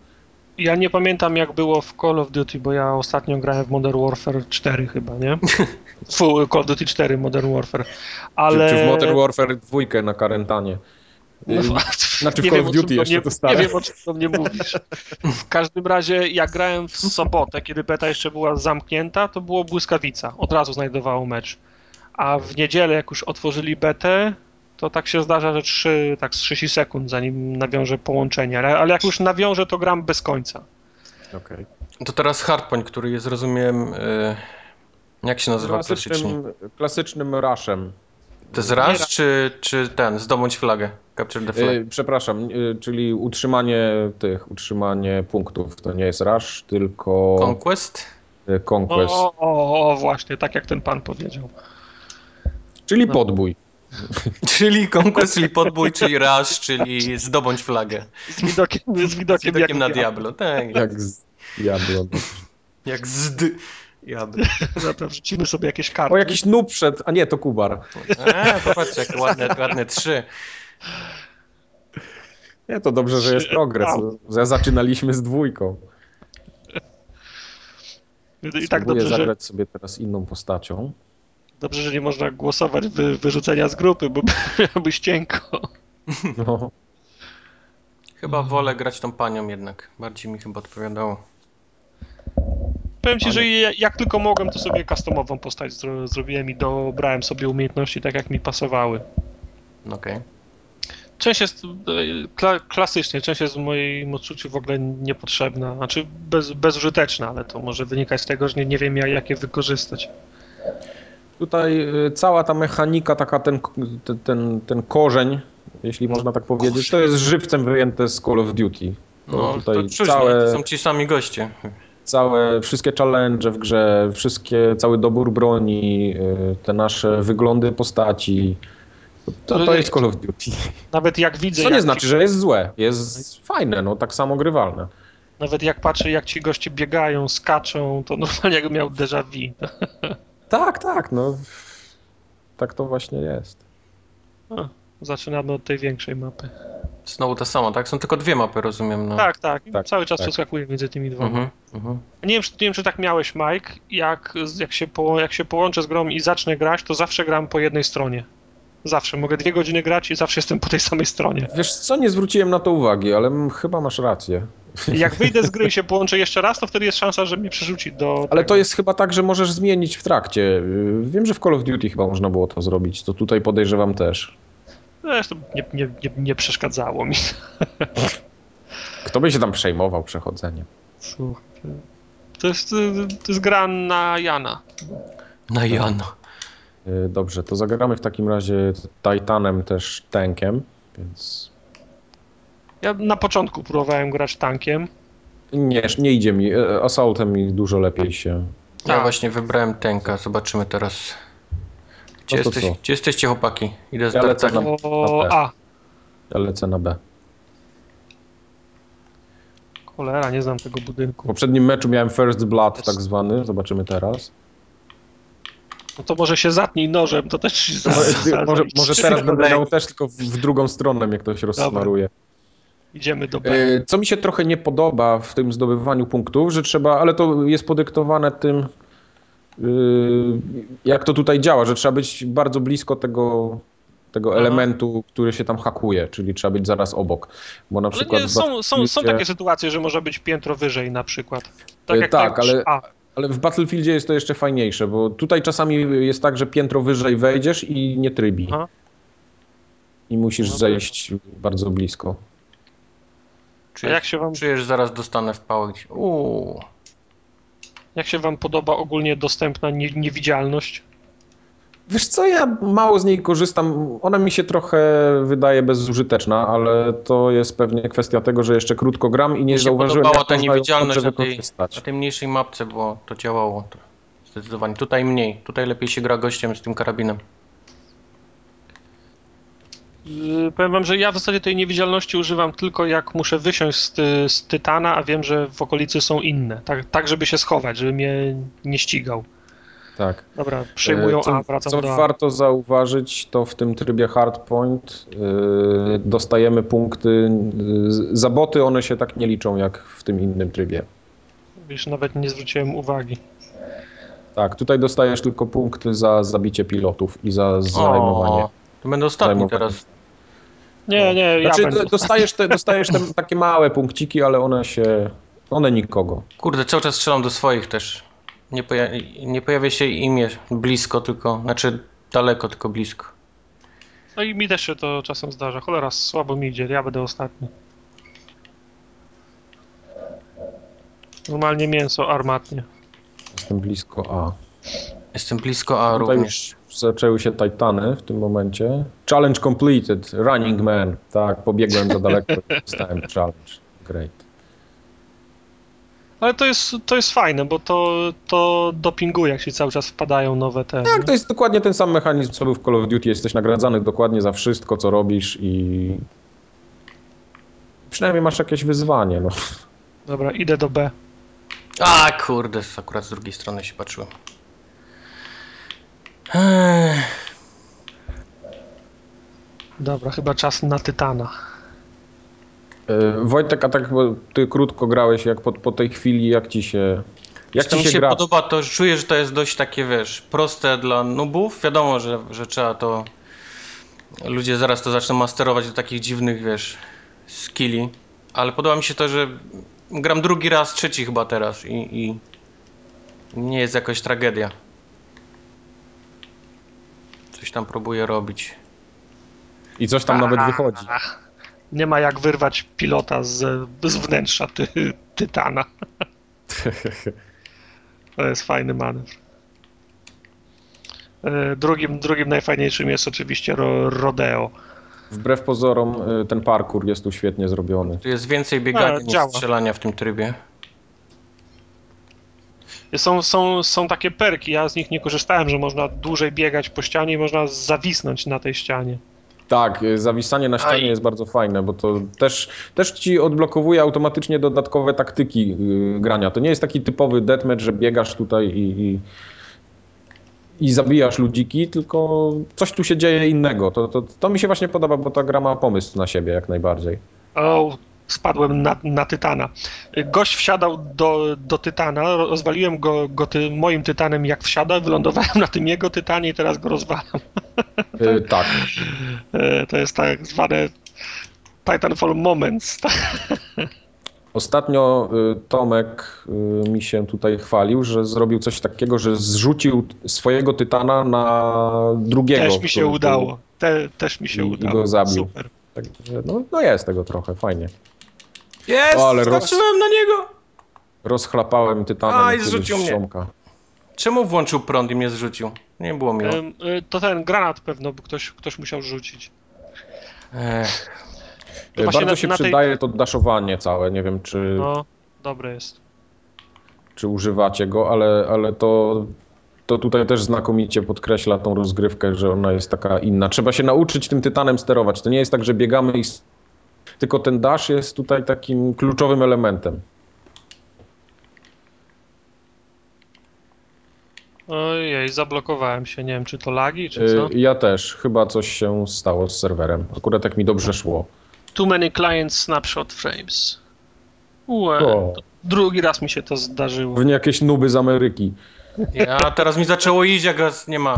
Ja nie pamiętam jak było w Call of Duty, bo ja ostatnio grałem w Modern Warfare 4 chyba, nie? Fu, Call of Duty 4 Modern Warfare. Ale Czy, czy w Modern Warfare 2 na karentanie. No Yy, znaczy w nie Call wiem, of o czym Duty do jeszcze mnie- to stare. Nie wiem o czym do mnie mówisz. W każdym razie ja grałem w sobotę, kiedy beta jeszcze była zamknięta, to było błyskawica. Od razu znajdowało mecz. A w niedzielę jak już otworzyli betę, to tak się zdarza, że 3, tak z 30 sekund zanim nawiążę połączenie, ale, ale jak już nawiążę to gram bez końca. Okej. To teraz Hardpoint, który jest, rozumiem, y, jak się nazywa klasycznie? Klasycznym, klasycznym rushem. To jest Nie, raz czy, czy ten, zdobądź flagę, capture the flag. Yy, przepraszam, yy, czyli utrzymanie tych, utrzymanie punktów. To nie jest rush, tylko Conquest? yy, conquest. O, o, o, właśnie, tak jak ten pan powiedział. Czyli No. podbój. Czyli Conquest, czyli podbój, czyli rush, czyli zdobądź flagę. Z widokiem, z widokiem, Z widokiem jak na Diablo, tak. Jak, Jak z diablo. jak zd... Diablo. Zatem No wrzucimy sobie jakieś karty. O, jakiś noob przed, a nie, to Kubar. A, E, popatrzcie, jak ładne, ładne trzy. Nie, to dobrze, że jest progres. że Zaczynaliśmy z dwójką. I tak Próbuję dobrze, że, zagrać sobie teraz inną postacią. dobrze, że nie można głosować wy, wyrzucenia z grupy, bo byłoby ścięko. No. Chyba wolę grać tą panią jednak. Bardziej mi chyba odpowiadało. Powiem ci, że ja- jak tylko mogłem, to sobie customową postać zro, zrobiłem i dobrałem sobie umiejętności tak, jak mi pasowały. No Okej. Część jest e, kla, klasycznie, część jest w moim odczuciu w ogóle niepotrzebna, znaczy bez, bezużyteczna, ale to może wynikać z tego, że nie, nie wiem, jak, jak je wykorzystać. Tutaj y, cała ta mechanika, taka ten, ten- ten, ten korzeń, jeśli można tak powiedzieć, to jest żywcem wyjęte z Call of Duty. To No tutaj to czuć, całe- nie? to są ci sami goście. Całe, wszystkie challenge w grze, wszystkie, cały dobór broni, y, te nasze wyglądy postaci. To, to jest Call of Duty. Nawet jak widzę. Co jak nie ci- znaczy, że jest złe. Jest fajne, no tak samo grywalne. Nawet jak patrzę, jak ci goście biegają, skaczą, to normalnie jakbym miał déjà vu. Tak, tak, no. Tak to właśnie jest. Zaczynamy od tej większej mapy. Znowu ta sama, tak? Są tylko dwie mapy, rozumiem. No. Tak, tak. Tak, Cały czas tak. przeskakuję między tymi dwoma. Mhm, mhm. Nie, wiem, czy, nie wiem, czy tak miałeś, Mike. Jak, jak, się po, jak się połączę z grą i zacznę grać, to zawsze gram po jednej stronie. Zawsze. Mogę dwie godziny grać i zawsze jestem po tej samej stronie. Wiesz co, nie zwróciłem na to uwagi, ale m- chyba masz rację. I jak wyjdę z gry i się połączę jeszcze raz, to wtedy jest szansa, że mnie przerzuci do. Ale tego. to jest chyba tak, że możesz zmienić w trakcie. Yy, Wiem, że w Call of Duty chyba można było to zrobić, to tutaj podejrzewam też. Zresztą nie, nie, nie, nie przeszkadzało mi. Kto by się tam przejmował przechodzeniem? Słuchaj. To jest, to jest gra na Jana. Na Jano. Yy, Dobrze, to zagramy w takim razie Titanem też tankiem, więc Ja na początku próbowałem grać tankiem. nie, nie idzie mi. Yy, Assaultem mi dużo lepiej się. Ja Tak. właśnie wybrałem Tenka, zobaczymy teraz. Gdzie, No to jesteś, co? gdzie jesteście chłopaki? Idę z Ja lecę tarcami. na- O, na P. a, Ja lecę na B. cholera, nie znam tego W budynku. poprzednim meczu miałem First Blood tak zwany, zobaczymy teraz. No to może się zatnij nożem, to też się za, za, Może, może teraz będę Dobra. miał też tylko w- w drugą stronę, jak ktoś rozsmaruje. Idziemy do B. E, Co mi się trochę nie podoba w tym zdobywaniu punktów, że trzeba, ale to jest podyktowane tym, y, jak to tutaj działa, że trzeba być bardzo blisko tego, tego Aha. elementu, który się tam hakuje, czyli trzeba być zaraz obok. Bo na Ale przykład. nie, w są, są, są Battlefieldzie- takie sytuacje, że może być piętro wyżej na przykład. E, Tak jak tak, tak, ale- A, Ale w Battlefieldzie jest to jeszcze fajniejsze, bo tutaj czasami jest tak, że piętro wyżej wejdziesz i nie trybi. Aha. i No musisz zejść bardzo blisko. A Czujesz, jak się wam, czujesz zaraz dostanę w pałę gdzieś. Uuu. jak się wam podoba ogólnie dostępna nie, niewidzialność? Wiesz co, ja mało z niej korzystam. Ona mi się trochę wydaje bezużyteczna, ale to jest pewnie kwestia tego, że jeszcze krótko gram i nie Mi się zauważyłem, podobała ta można ją niewidzialność dobrze na tej, wykorzystać. na tej mniejszej mapce, bo to działało. To zdecydowanie. Tutaj mniej. Tutaj lepiej się gra gościem z tym karabinem. Yy, Powiem wam, że ja w zasadzie tej niewidzialności używam tylko jak muszę wysiąść z, ty, z Tytana, a wiem, że w okolicy są inne. Tak, tak, żeby się schować, żeby mnie nie ścigał. Tak. Dobra, przyjmują Co- A, wracam Co do A. warto zauważyć, to w tym trybie hardpoint yy, dostajemy punkty. Yy, za boty one się tak nie liczą jak w tym innym trybie. Wiesz, nawet nie zwróciłem uwagi. Tak, tutaj dostajesz tylko punkty za zabicie pilotów i za zajmowanie. O, to będę ostatni Zajmowanie. teraz. Nie, nie, ja Znaczy, będę. d- dostajesz, te, dostajesz te, takie małe punkciki, ale one się. One nikogo. Kurde, cały czas strzelam do swoich też. Nie, poja nie pojawia się imię blisko, tylko. Znaczy daleko, tylko blisko. No i mi też się to czasem zdarza. Cholera, słabo mi idzie, ja będę ostatni. Normalnie mięso armatnie. Jestem blisko A. Jestem blisko, a Tutaj również. już zaczęły się Titany w tym momencie. Challenge completed. Running man. Tak, pobiegłem za daleko. i Dostałem challenge. Great. Ale to jest, to jest fajne, bo to, to dopinguje, jak się cały czas wpadają nowe te. Tak, to jest dokładnie ten sam mechanizm, co był w Call of Duty. Jesteś nagradzany dokładnie za wszystko, co robisz i... Przynajmniej masz jakieś wyzwanie, no. Dobra, idę do B. A kurde, akurat z drugiej strony się patrzyłem. Ech, Dobra, chyba czas na Tytana. E, Wojtek, a tak bo ty krótko grałeś, jak po, po tej chwili, jak ci się... Jak to ci mi się, się gra? podoba, to że czuję, że to jest dość takie, wiesz, proste dla nubów. Wiadomo, że, że trzeba to. Ludzie zaraz to zaczną masterować do takich dziwnych, wiesz, skilli. Ale podoba mi się to, że gram drugi raz, trzeci chyba teraz i, i nie jest jakoś tragedia. Coś tam próbuję robić. I coś tam nawet wychodzi. Ach, nie ma jak wyrwać pilota z, z wnętrza ty, Tytana. To jest fajny manewr. E, Drugim, drugim najfajniejszym jest oczywiście ro, rodeo. Wbrew pozorom y, ten parkour jest tu świetnie zrobiony. Tu jest więcej biegania A, niż działa. strzelania w tym trybie. Są, są, są takie perki, ja z nich nie korzystałem, że można dłużej biegać po ścianie i można zawisnąć na tej ścianie. Tak, y, zawisanie na ścianie Aj. jest bardzo fajne, bo to też, też ci odblokowuje automatycznie dodatkowe taktyki y, grania. To nie jest taki typowy deathmatch, że biegasz tutaj i, i, i zabijasz ludziki, tylko coś tu się dzieje innego. To, to, to mi się właśnie podoba, bo ta gra ma pomysł na siebie jak najbardziej. O, spadłem na, na Tytana. Gość wsiadał do, do Tytana, rozwaliłem go, go ty, moim Tytanem jak wsiada, wylądowałem na tym jego Tytanie i teraz go rozwalam. Y, tak. E, To jest tak zwane Titanfall Moments. Ostatnio y, Tomek y, mi się tutaj chwalił, że zrobił coś takiego, że zrzucił t- swojego tytana na drugiego. Też mi się który był- udało. Te, też mi się I- i udało. go zabił. Super. Także, no, no jest tego trochę, fajnie. Jest! O, ale roz- Skoczyłem na niego! Rozchlapałem tytanem. Aj, jakiegoś zrzucił mnie. Siomka. Czemu włączył prąd i mnie zrzucił? Nie było No. miło. Em, e, To ten granat pewno bo ktoś, ktoś musiał rzucić. Ech, To Y, właśnie Bardzo na- się na tej- przydaje to daszowanie całe. Nie wiem, czy, No, dobre jest. czy używacie go, ale, ale to, to tutaj też znakomicie podkreśla tą rozgrywkę, że ona jest taka inna. Trzeba się nauczyć tym tytanem sterować. To nie jest tak, że biegamy i. s- Tylko ten dash jest tutaj takim kluczowym elementem. Ojej, zablokowałem się. Nie wiem, czy to lagi, czy co. Y, Ja też. Chyba coś się stało z serwerem. Akurat tak mi dobrze szło. Too many client snapshot frames. Ue, O, drugi raz mi się to zdarzyło. pewnie jakieś nuby z Ameryki. ja teraz mi zaczęło iść, jak was nie ma.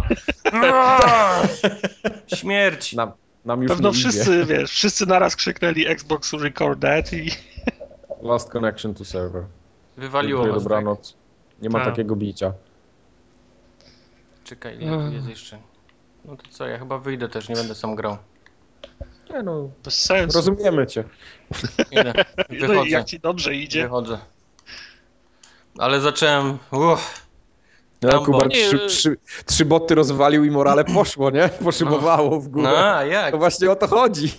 Śmierć! Nam, nam już Pewno nie wszyscy, idzie. wiesz, wszyscy naraz krzyknęli Xbox Record That i Last connection to server. Wywaliło Dziękuję, was. Tak. Dobranoc. Nie ma Tak. takiego bicia. Czekaj, ile tu jest jeszcze? No to co, ja chyba wyjdę też, nie będę sam grał. Nie no, Bez sensu. rozumiemy cię. Idę. No i Wychodzę. jak ci dobrze idzie. Wychodzę. Ale zacząłem. Uff, No, Tam Kubar bo- y- trzy, trzy, trzy boty rozwalił i morale poszło, nie? Poszybowało w górę. no a jak? To właśnie o to chodzi.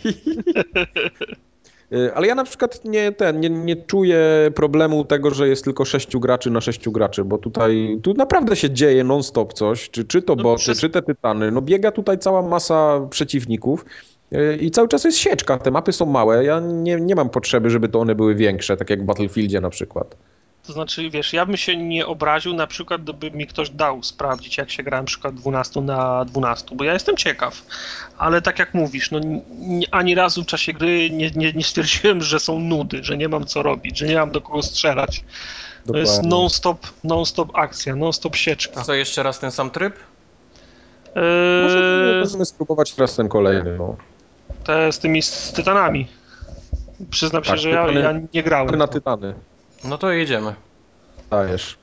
Y, Ale ja na przykład nie, ten, nie, nie czuję problemu tego, że jest tylko sześciu graczy na sześciu graczy, bo tutaj tu naprawdę się dzieje non-stop coś, czy, czy to No, boty, wszystko. czy te tytany. No biega tutaj cała masa przeciwników y, i cały czas jest sieczka, te mapy są małe, ja nie, nie mam potrzeby, żeby to one były większe, tak jak w Battlefieldzie na przykład. To znaczy, wiesz, ja bym się nie obraził na przykład, gdyby mi ktoś dał sprawdzić, jak się gra na przykład 12 na 12, bo ja jestem ciekaw. Ale tak jak mówisz, no n- n- ani razu w czasie gry nie, nie, nie stwierdziłem, że są nudy, że nie mam co robić, że nie mam do kogo strzelać. To jest no Dokładnie. non-stop, non-stop akcja, non-stop sieczka. Co jeszcze raz ten sam tryb? Możemy, Eee, możemy spróbować teraz ten kolejny. No. te z tymi z tytanami. Przyznam się, Tak, że ja, tytany- ja nie grałem. Na tytany No to jedziemy. dajesz.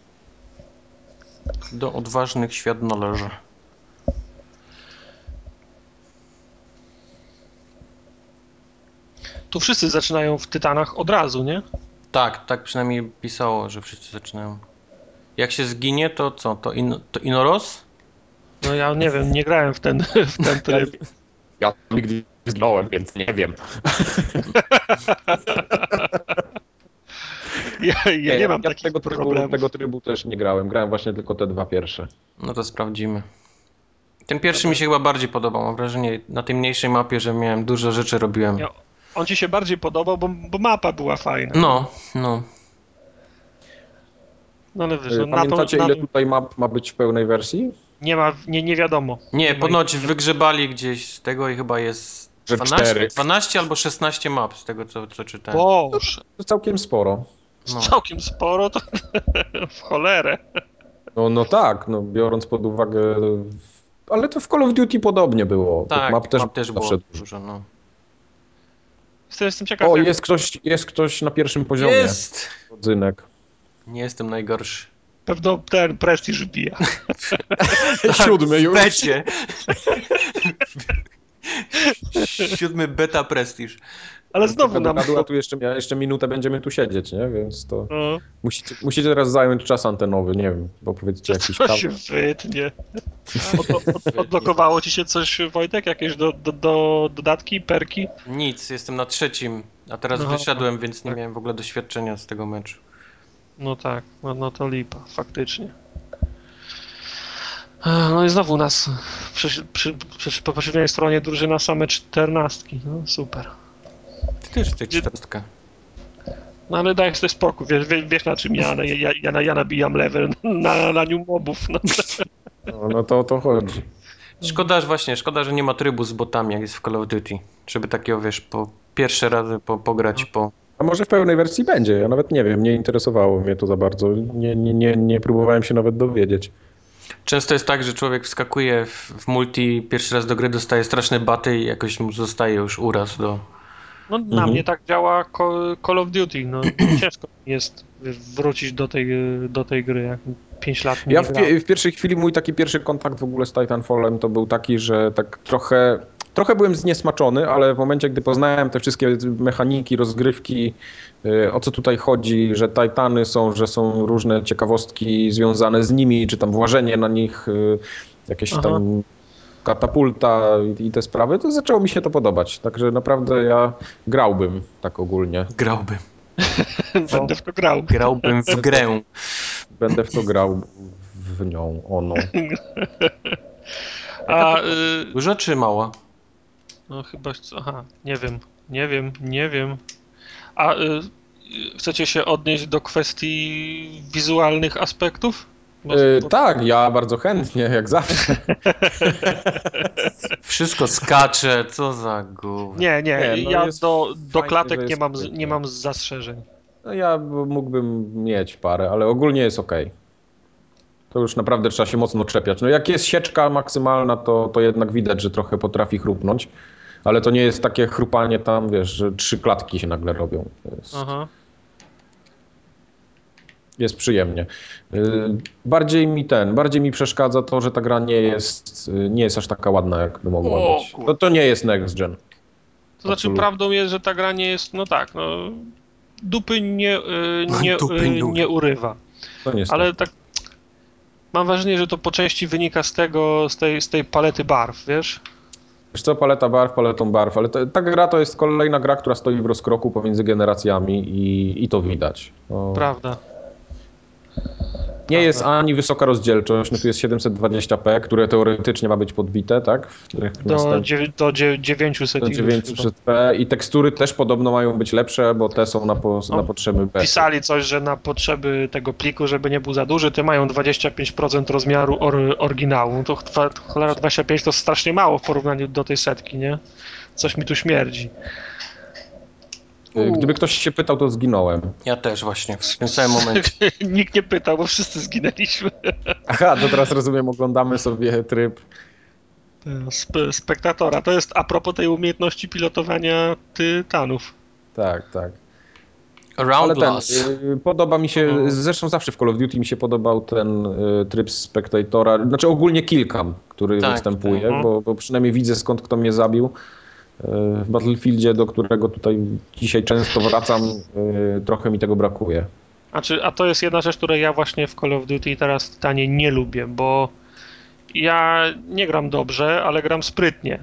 Do odważnych świat należy. Tu wszyscy zaczynają w tytanach od razu, nie? Tak, tak przynajmniej pisało, że wszyscy zaczynają. Jak się zginie, to co? To, in, to Inoros? No ja nie wiem, nie grałem w ten, w ten tryb. Ja nigdy nie znałem, więc nie wiem. Ja, ja nie mam ja takich tego trybu, problemów. tego trybu też nie grałem. Grałem właśnie tylko te dwa pierwsze. No to sprawdzimy. Ten pierwszy mi się chyba bardziej podobał. Mam wrażenie na tej mniejszej mapie, że miałem dużo rzeczy robiłem. Ja- On ci się bardziej podobał, bo, bo mapa była fajna. Mm. No, no. No ale wiesz, Y, no, na to, Pamiętacie, na ile to tutaj map ma być w pełnej wersji? nie, ma, nie, nie wiadomo. Nie, ma ponoć wygrzebali gdzieś z tego i chyba jest Że 12, cztery. 12 albo 16 map z tego co, co ich- czytałem. Boże, To całkiem sporo. No. całkiem sporo to w cholerę. No, no tak, no, biorąc pod uwagę... Ale to w Call of Duty podobnie było. Tych Tak, map też, było zawsze dużo. dużo. No. Jestem, jestem ciekaw, O, jak- jest ktoś, jest ktoś na pierwszym poziomie. Jest! Rodzynek. Nie jestem najgorszy. pewno ten prestiż wbija. Siódmy już. Becie. Siódmy beta prestiż. Ale znowu nam... Gaduła tu jeszcze, ja jeszcze minutę będziemy tu siedzieć, nie? Więc to... No, Musicie, musicie teraz zająć czas antenowy, nie wiem, bo powiedzcie jakiś to się wytnie. Od, od, odblokowało ci się coś, Wojtek? Jakieś do, do, do dodatki, perki? Nic, jestem na trzecim, a teraz No, wyszedłem, więc nie tak. miałem w ogóle doświadczenia z tego meczu. No tak, no, no to lipa, faktycznie. Ech, No i znowu nas przy, przy, przy, po przeciwnej stronie drużyna same czternastki, no super. Ty też ty Nie- cztertka. No ale daj sobie spokój, wiesz, wiesz, wiesz na czym ja, ja, ja, ja, ja nabijam level na laniu mobów. No. No, no to o to chodzi. Szkoda, że właśnie, szkoda, że nie ma trybu z botami, jak jest w Call of Duty. Żeby takiego, wiesz, po pierwsze razy po, pograć, po... A może w pełnej wersji będzie, ja nawet nie wiem, nie interesowało mnie to za bardzo, nie, nie, nie, nie próbowałem się nawet dowiedzieć. Często jest tak, że człowiek wskakuje w, w multi, pierwszy raz do gry dostaje straszne baty i jakoś mu zostaje już uraz do... no na Mhm. mnie tak działa Co- Call of Duty, no ciężko jest wrócić do tej, do tej gry, jak 5 lat nie Ja w, grałem. pie- w pierwszej chwili mój taki pierwszy kontakt w ogóle z Titanfallem to był taki, że tak trochę, trochę byłem zniesmaczony, ale w momencie, gdy poznałem te wszystkie mechaniki, rozgrywki, y, o co tutaj chodzi, że Titany są, że są różne ciekawostki związane z nimi, czy tam włażenie na nich, y, jakieś Aha. tam katapulta i, i te sprawy, to zaczęło mi się to podobać. Także naprawdę ja grałbym tak ogólnie. Grałbym. Będę w to grał. Grałbym w grę. Będę w to grał w nią, ono. A, y, Duża czy mała? No chyba, aha, nie wiem, nie wiem, nie wiem. A y, y, chcecie się odnieść do kwestii wizualnych aspektów? Bo- Y, bo- tak, ja bardzo chętnie, jak zawsze. Wszystko skacze, co za gówno. Nie, nie, Nie, no ja jest do, do fajnie, klatek że nie jest mam, z- pięknie. nie mam zastrzeżeń. No ja b- mógłbym mieć parę, ale ogólnie jest ok. To już naprawdę trzeba się mocno czepiać. No jak jest sieczka maksymalna, to, to jednak widać, że trochę potrafi chrupnąć. Ale to nie jest takie chrupanie tam, wiesz, że trzy klatki się nagle robią. To jest, Aha. jest przyjemnie. Y, Bardziej mi ten, bardziej mi przeszkadza to, że ta gra nie jest, y, nie jest aż taka ładna, jakby mogła O, być. kur- To, to nie jest next gen. To znaczy Absolutnie. prawdą jest, że ta gra nie jest, no tak, no dupy nie, y, nie, Dupy nie y, nie urywa. To nie jest Ale tak mam wrażenie, że to po części wynika z tego, z tej, z tej palety barw, wiesz? No. Wiesz co, paleta barw, paletą barw, ale to, ta gra to jest kolejna gra, która stoi w rozkroku pomiędzy generacjami i, i to widać. No, Prawda. nie jest ani wysoka rozdzielczość, no tu jest 720p, które teoretycznie ma być podbite, tak? W których Do, następ- dziew- do dziew- 900 do iluś chyba. 900p i tekstury też podobno mają być lepsze, bo te są na, po, No, na potrzeby bety. Pisali coś, że na potrzeby tego pliku, żeby nie był za duży, te mają 25% rozmiaru or, oryginału. To chwa- cholera 25 to strasznie mało w porównaniu do tej setki, nie? Coś mi tu śmierdzi. Y, Gdyby ktoś się pytał, to zginąłem. Ja też właśnie, w tym samym momencie. Nikt nie pytał, bo wszyscy zginęliśmy. Aha, to teraz rozumiem, oglądamy sobie tryb. Spe- spektatora. To jest a propos tej umiejętności pilotowania tytanów. Tak, tak. Ale Round ten, loss. y, podoba mi się, No. zresztą zawsze w Call of Duty mi się podobał ten y, tryb Spectatora, znaczy ogólnie kilkam, który Tak, występuje, mhm. bo, bo przynajmniej widzę skąd kto mnie zabił. Y, W Battlefieldzie, do którego tutaj dzisiaj często wracam, y, trochę mi tego brakuje. Znaczy, a to jest jedna rzecz, której ja właśnie w Call of Duty teraz tanie nie lubię, bo ja nie gram dobrze, ale gram sprytnie.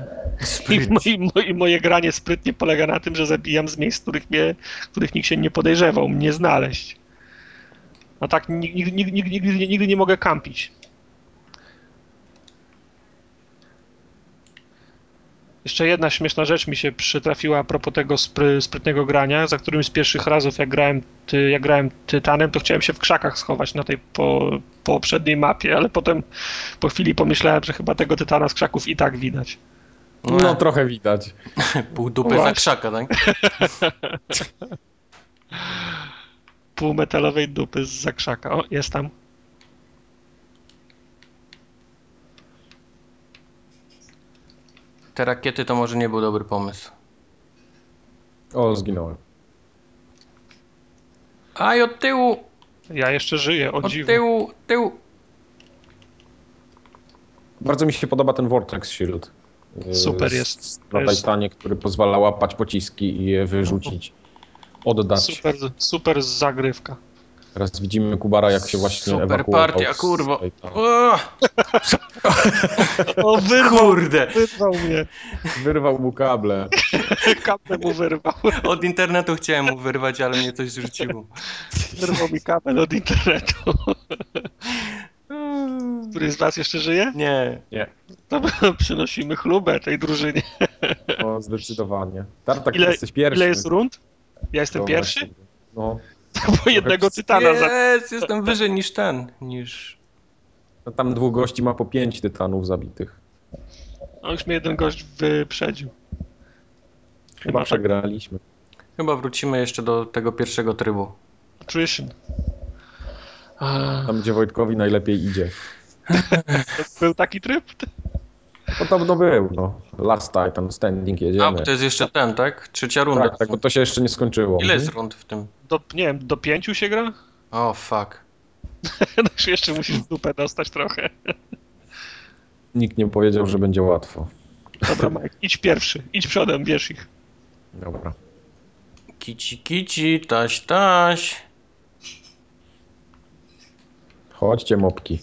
I, mo, i, mo, I moje granie sprytnie polega na tym, że zabijam z miejsc, których, mnie, których nikt się nie podejrzewał, mnie znaleźć. A tak nigdy, nigdy, nigdy, nigdy, nigdy nie mogę kampić. Jeszcze jedna śmieszna rzecz mi się przytrafiła a propos tego spry, sprytnego grania, za którym z pierwszych razów jak grałem, ty, jak grałem Tytanem, to chciałem się w krzakach schować na tej po, poprzedniej mapie, ale potem po chwili pomyślałem, że chyba tego Tytana z krzaków i tak widać. No, No. trochę widać. Pół dupy za Właśnie. krzaka, tak? półmetalowej dupy z zakrzaka. O, jest tam. Te rakiety to może nie był dobry pomysł. O, zginąłem. Aj, od tyłu, Ja jeszcze żyję, o od dziwo. tyłu, tyłu. Bardzo mi się podoba ten Vortex Shield. y, Super z- jest. To Na jest Titanie, który pozwala łapać pociski i je wyrzucić, oddać. super, super zagrywka. Teraz widzimy Kubara, jak się właśnie Super ewakuował partia, z kurwo. No. Titana. O, O, wyrwał, kurde, wyrwał mnie. Wyrwał mu kable. Kabel mu wyrwał. od internetu chciałem mu wyrwać, ale mnie coś zrzuciło. Wyrwał mi kabel od internetu. Który z was jeszcze żyje? Nie, To przynosimy chlubę tej drużynie. No, zdecydowanie. Tartak, Ile- ile, jesteś pierwszy. Ile jest rund? Ja jestem No, pierwszy? właśnie. No, Bo jednego tytana za... jest, jestem wyżej niż ten, niż... no tam dwóch gości ma po pięć tytanów zabitych. No, już mnie jeden gość wyprzedził. Chyba tak. przegraliśmy. Chyba wrócimy jeszcze do tego pierwszego trybu. Attrition. A, Tam, gdzie Wojtkowi najlepiej idzie. to był taki tryb? Podobno był, no. Last Titan, Standing, A, jedziemy. bo to jest jeszcze ten, tak? Trzecia runda. Tak, tak, bo to się jeszcze nie skończyło. Ile jest rund w tym? Do, nie wiem, do pięciu się gra? O, fuck. Znaczy jeszcze musisz w dupę dostać trochę. Nikt nie powiedział, że będzie łatwo. Dobra, Mike, idź pierwszy. Idź przodem, bierz ich. Dobra. Kici, kici, taś, taś. Chodźcie, mopki.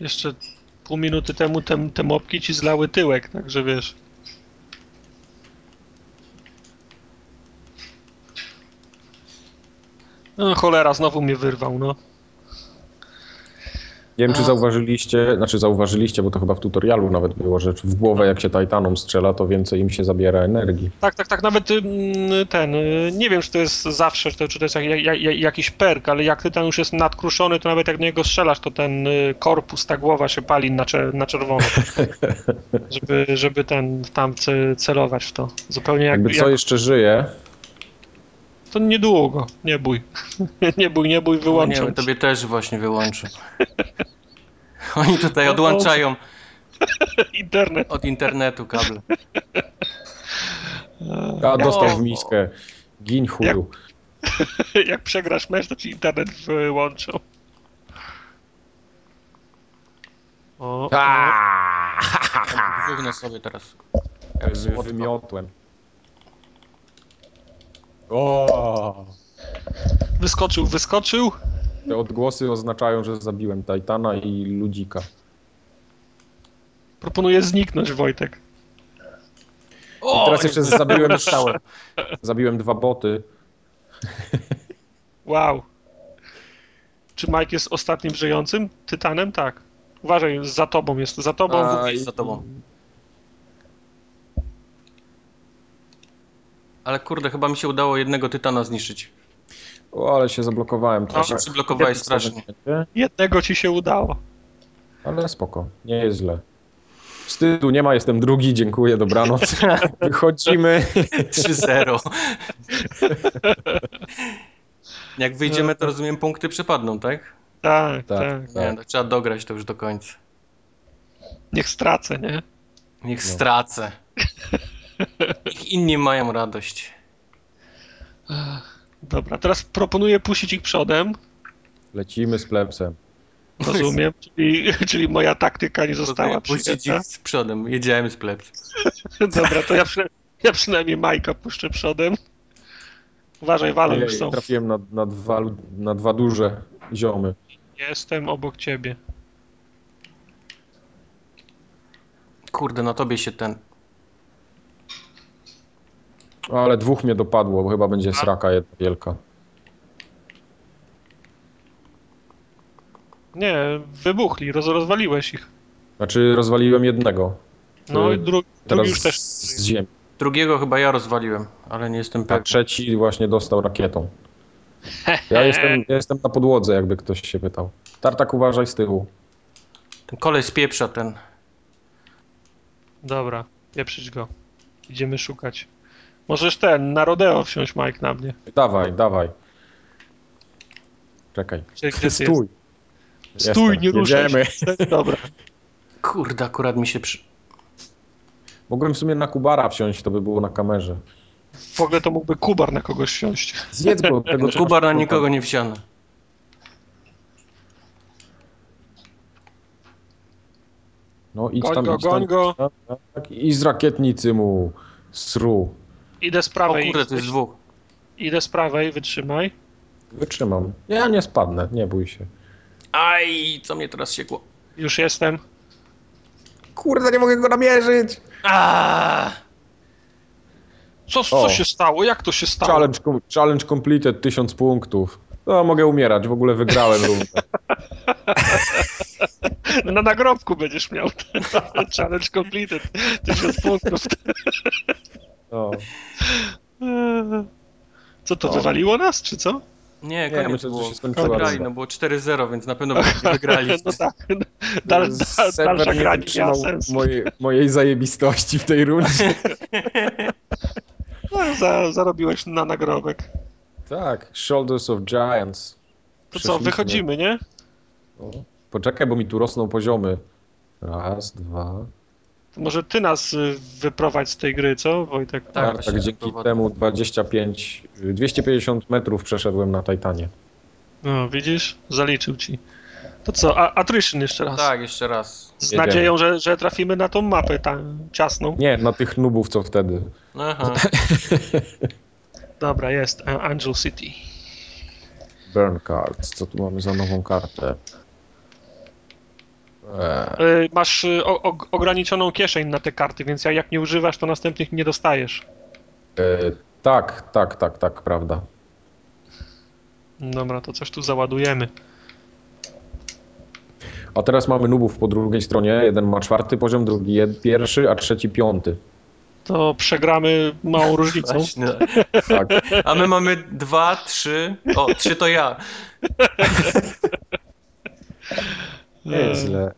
Jeszcze pół minuty temu te, te mopki ci zlały tyłek, także wiesz. No cholera, znowu mnie wyrwał, no. Nie wiem, czy zauważyliście, znaczy zauważyliście, bo to chyba w tutorialu nawet było, że w głowę jak się Titanom strzela, to więcej im się zabiera energii. Tak, tak, tak, nawet ym, ten, y, nie wiem, czy to jest zawsze, czy to, czy to jest jak, jak, jak, jakiś perk, ale jak tytan już jest nadkruszony, to nawet jak do niego strzelasz, to ten y, korpus, ta głowa się pali na, czer- na czerwono, żeby, żeby ten tam ce- celować w to. Zupełnie jak, Jakby co jak jeszcze żyje, to niedługo, nie bój, nie bój, nie bój, No Nie, wyłączam. tobie też właśnie wyłączę. Oni tutaj odłączają internet. od internetu kable. a dostał O. w miskę. Gin chuju. jak przegrasz mecz, to ci internet wyłączą. O, o, Aaaa! Główne sobie teraz. Jak z wymiotłem. O! wyskoczył, wyskoczył. Te odgłosy oznaczają, że zabiłem Titana i ludzika. Proponuję zniknąć, Wojtek. O, Teraz jeszcze zabiłem wracałem. Zabiłem dwa boty. Wow. Czy Mike jest ostatnim żyjącym tytanem? Tak. Uważaj, za tobą jest, za tobą. A, jest za tobą. Ale kurde, chyba mi się udało jednego tytana zniszczyć. O, ale się zablokowałem Ja trochę. się przyblokowałeś strasznie. Jednego ci się udało. Ale spoko, nie jest źle. Wstydu nie ma, jestem drugi, dziękuję, dobranoc. Wychodzimy. 3-0. Jak wyjdziemy, to rozumiem, punkty przepadną, tak? Tak, Tak. tak. Nie, to trzeba dograć to już do końca. Niech stracę, nie? Niech No. stracę. Niech inni mają radość. Ach, Dobra, teraz proponuję puścić ich przodem. Lecimy z plebsem. Rozumiem. Czyli, czyli moja taktyka nie została Puścić przyjęta. ich z przodem. Jedziemy z plebs. Dobra, to ja, przyna- ja przynajmniej Majka puszczę przodem. Uważaj, walą już Ojej, są. Trafiłem na, na, dwa, lud- na dwa duże ziomy. Jestem obok ciebie. Kurde, na tobie się ten... No, Ale dwóch mnie dopadło, bo chyba będzie sraka jedna wielka. Nie, wybuchli, roz, rozwaliłeś ich. Znaczy rozwaliłem jednego. No Yy, i dru, drugi Teraz już też. z ziemi. Drugiego chyba ja rozwaliłem, ale nie jestem A pewny. trzeci właśnie dostał rakietą. Ja jestem, ja jestem na podłodze, jakby ktoś się pytał. Tartak, uważaj z tyłu. Ten kolej spieprza ten. Dobra, pieprzyć go. Idziemy szukać. Możesz ten, na rodeo wsiąść Mike na mnie. Dawaj, dawaj. Czekaj. Czy gdzie ty Stój. Jest? Stój, nie ruszaj Jedziemy. się. Dobra. Kurde, akurat mi się przy... Mogłem w sumie na Kubara wsiąść, to by było na kamerze. W ogóle to mógłby Kubar na kogoś wsiąść. Zjedz go. Tego Kubar na nikogo nie wsiana. No idź Goń tam, go, idź tam. goń go. Tak, I z rakietnicy mu. Sru. Idę z O prawej. kurde, to jest dwóch. Idę z prawej, wytrzymaj. Wytrzymam. Ja nie spadnę, nie bój się. Aj, co mnie teraz siekło. Już jestem. Kurde, nie mogę go namierzyć. Aaaa! Co, co O. się stało? Jak to się stało? Challenge, com- challenge completed, 1000 punktów. No, mogę umierać, w ogóle wygrałem rundę. Na nagrobku będziesz miał ten challenge completed. Tysiąc punktów. No. Eee. Co to, O. wywaliło nas, czy co? Nie, Nie, koniec myślę, że było. się skończyła Wygrali, runda. no było 4-0, więc na pewno byśmy wygrali. No tak. Dal, da, no, Serwer dalsza gra nie nie miała wytrzymał sensu. Mojej, mojej zajebistości w tej rundzie. No, za, zarobiłeś na nagrobek. tak, Shoulders of Giants. To co, Przeszliśmy. wychodzimy, nie? O, Poczekaj, bo mi tu rosną poziomy. Raz, dwa. To może ty nas y, wyprowadź z tej gry, co, Wojtek? Tak, Tak, właśnie tak dzięki prowadzę. temu 25, y, 250 metrów przeszedłem na Titanie. No, widzisz? Zaliczył ci. To co, a, Attrition jeszcze raz. Tak, jeszcze raz. Z jedziemy. nadzieją, że, że trafimy na tą mapę tam ciasną. Nie, na tych nubów co wtedy. No, Aha. Dobra, jest. A- Angel City. Burn cards. Co tu mamy za nową kartę? Eee, Y, Masz y, o, og- ograniczoną kieszeń na te karty, więc jak- jak nie używasz, to następnych nie dostajesz. e, tak, tak, tak, tak, prawda. Dobra, to coś tu załadujemy. A teraz mamy nubów po drugiej stronie. Jeden ma czwarty poziom, drugi jed- pierwszy, a trzeci piąty. To przegramy małą różnicą. Właśnie. Tak. A my mamy dwa, trzy. O, trzy to ja. Nie E, jest źle.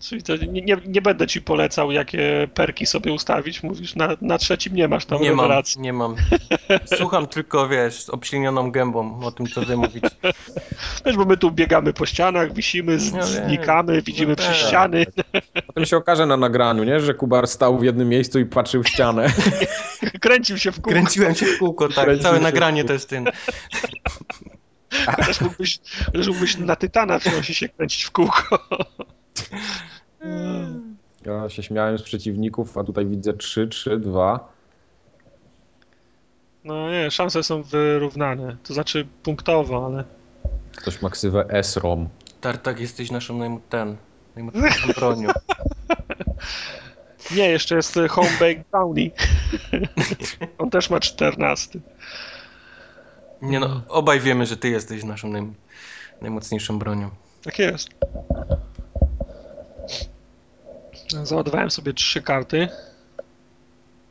Czyli to nie, nie, nie będę ci polecał, jakie perki sobie ustawić. Mówisz, na, na trzecim nie masz tam Nie mam, rewelacji. nie mam. Słucham tylko, wiesz, z obślinioną gębą o tym, co wy mówicie. Wiesz, bo my tu biegamy po ścianach, wisimy, z, No wiem. znikamy, widzimy No przy tak. ściany. Potem się okaże na nagraniu, nie? że Kubar stał w jednym miejscu i patrzył w ścianę. Kręcił się w kółko. Kręciłem się w kółko, tak. Kręciłem Całe się w nagranie kółko. to jest ten. Też mógłbyś, też mógłbyś na Tytana wziąć i się kręcić w kółko. No. Ja się śmiałem z przeciwników, a tutaj widzę 3, 3, 2. No nie, szanse są wyrównane. To znaczy punktowo, ale Ktoś ma ksywę S-ROM. Tartak, jesteś naszym najm- ten, najmocniejszym bronią. Nie, jeszcze jest y, Home Baked Brownie. On też ma 14. Nie no, obaj wiemy, że ty jesteś naszą naj, najmocniejszą bronią. Tak jest. No, Załadowałem sobie trzy karty.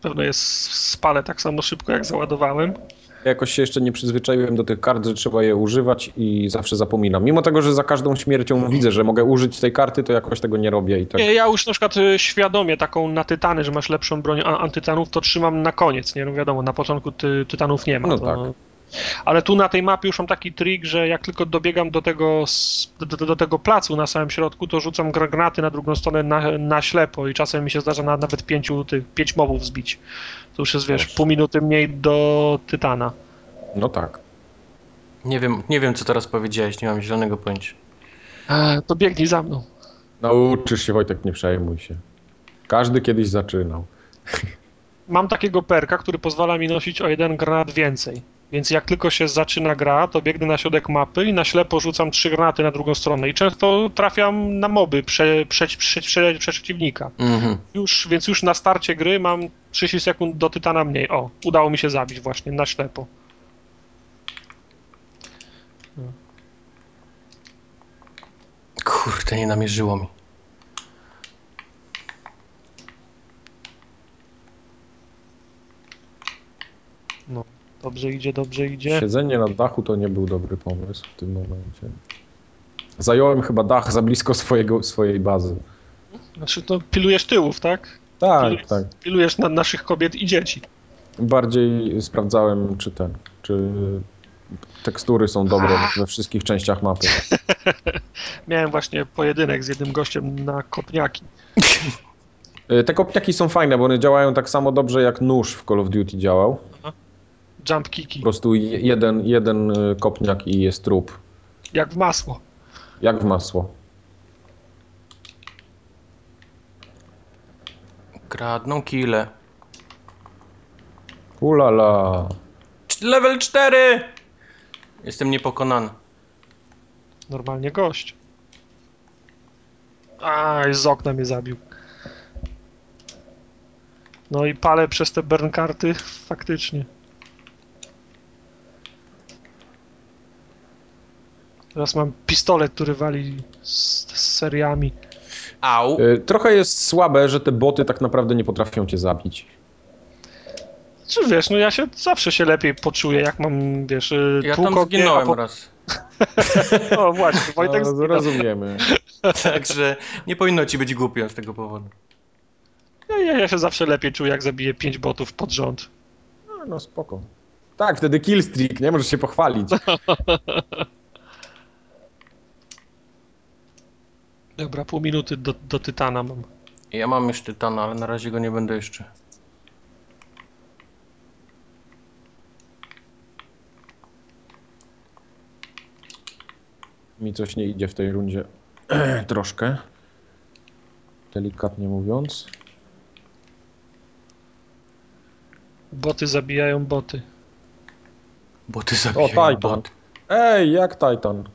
Pewno jest spalę tak samo szybko jak załadowałem. Jakoś się jeszcze nie przyzwyczaiłem do tych kart, że trzeba je używać i zawsze zapominam. Mimo tego, że za każdą śmiercią widzę, że mogę użyć tej karty, to jakoś tego nie robię i tak. Nie, ja już na przykład y, świadomie taką na tytany, że masz lepszą broń a- antytanów, to trzymam na koniec, nie? No wiadomo, na początku ty, tytanów nie ma. No to, tak. Ale tu na tej mapie już mam taki trik, że jak tylko dobiegam do tego, s- do, do, do tego placu na samym środku, to rzucam gr- granaty na drugą stronę na, na ślepo i czasem mi się zdarza na, nawet pięciu, tych, pięć mobów zbić. To już jest, wiesz, Dobrze. pół minuty mniej do tytana. No tak. Nie wiem, nie wiem co teraz powiedziałeś, nie mam zielonego pojęcia. E, to biegnij za mną. Nauczysz się, Wojtek, nie przejmuj się. Każdy kiedyś zaczynał. mam takiego perka, który pozwala mi nosić o jeden granat więcej. Więc jak tylko się zaczyna gra, to biegnę na środek mapy i na ślepo rzucam trzy granaty na drugą stronę i często trafiam na moby prze, prze, prze, prze, przeciwnika. Mhm. Już, więc już na starcie gry mam 30 sekund do tytana mniej. O, udało mi się zabić właśnie na ślepo. Kurde, nie namierzyło mi. Dobrze idzie, dobrze idzie. Siedzenie na dachu to nie był dobry pomysł w tym momencie. Zająłem chyba dach za blisko swojego, swojej bazy. Znaczy, to pilujesz tyłów, tak? Tak, Pilujesz- tak. Pilujesz na naszych kobiet i dzieci. Bardziej sprawdzałem, czy ten, czy tekstury są dobre we wszystkich częściach mapy. Miałem właśnie pojedynek z jednym gościem na kopniaki. Y, Te kopniaki są fajne, bo one działają tak samo dobrze jak nóż w Call of Duty działał. Jump Po kiki, prostu je- jeden, jeden y, kopniak i jest trup. jak w masło. Jak w masło. Kradną kile. Ulala. Cz- Level 4! Jestem niepokonany. normalnie gość. Aj, z okna mnie zabił. No i palę przez te bernkarty, faktycznie. Teraz mam pistolet, który wali z, z seriami. Au. Y, Trochę jest słabe, że te boty tak naprawdę nie potrafią cię zabić. Czy wiesz, no ja się zawsze się lepiej poczuję, jak mam, wiesz, y, Ja tłuko tam mnie, a zginąłem po- raz. O właśnie, tak Wojtek No, zginął. rozumiemy. Także nie powinno ci być głupio z tego powodu. Ja, ja, ja się zawsze lepiej czuję, jak zabiję pięć botów pod rząd. No, no spoko. Tak, wtedy killstreak, nie? Możesz się pochwalić. Dobra, pół minuty do, do Tytana mam. Ja mam już tytana, ale na razie go nie będę jeszcze. Mi coś nie idzie w tej rundzie. Troszkę. Delikatnie mówiąc. Boty zabijają boty. Bo ty O, zabijają Titan. bot. Ej, jak Titan?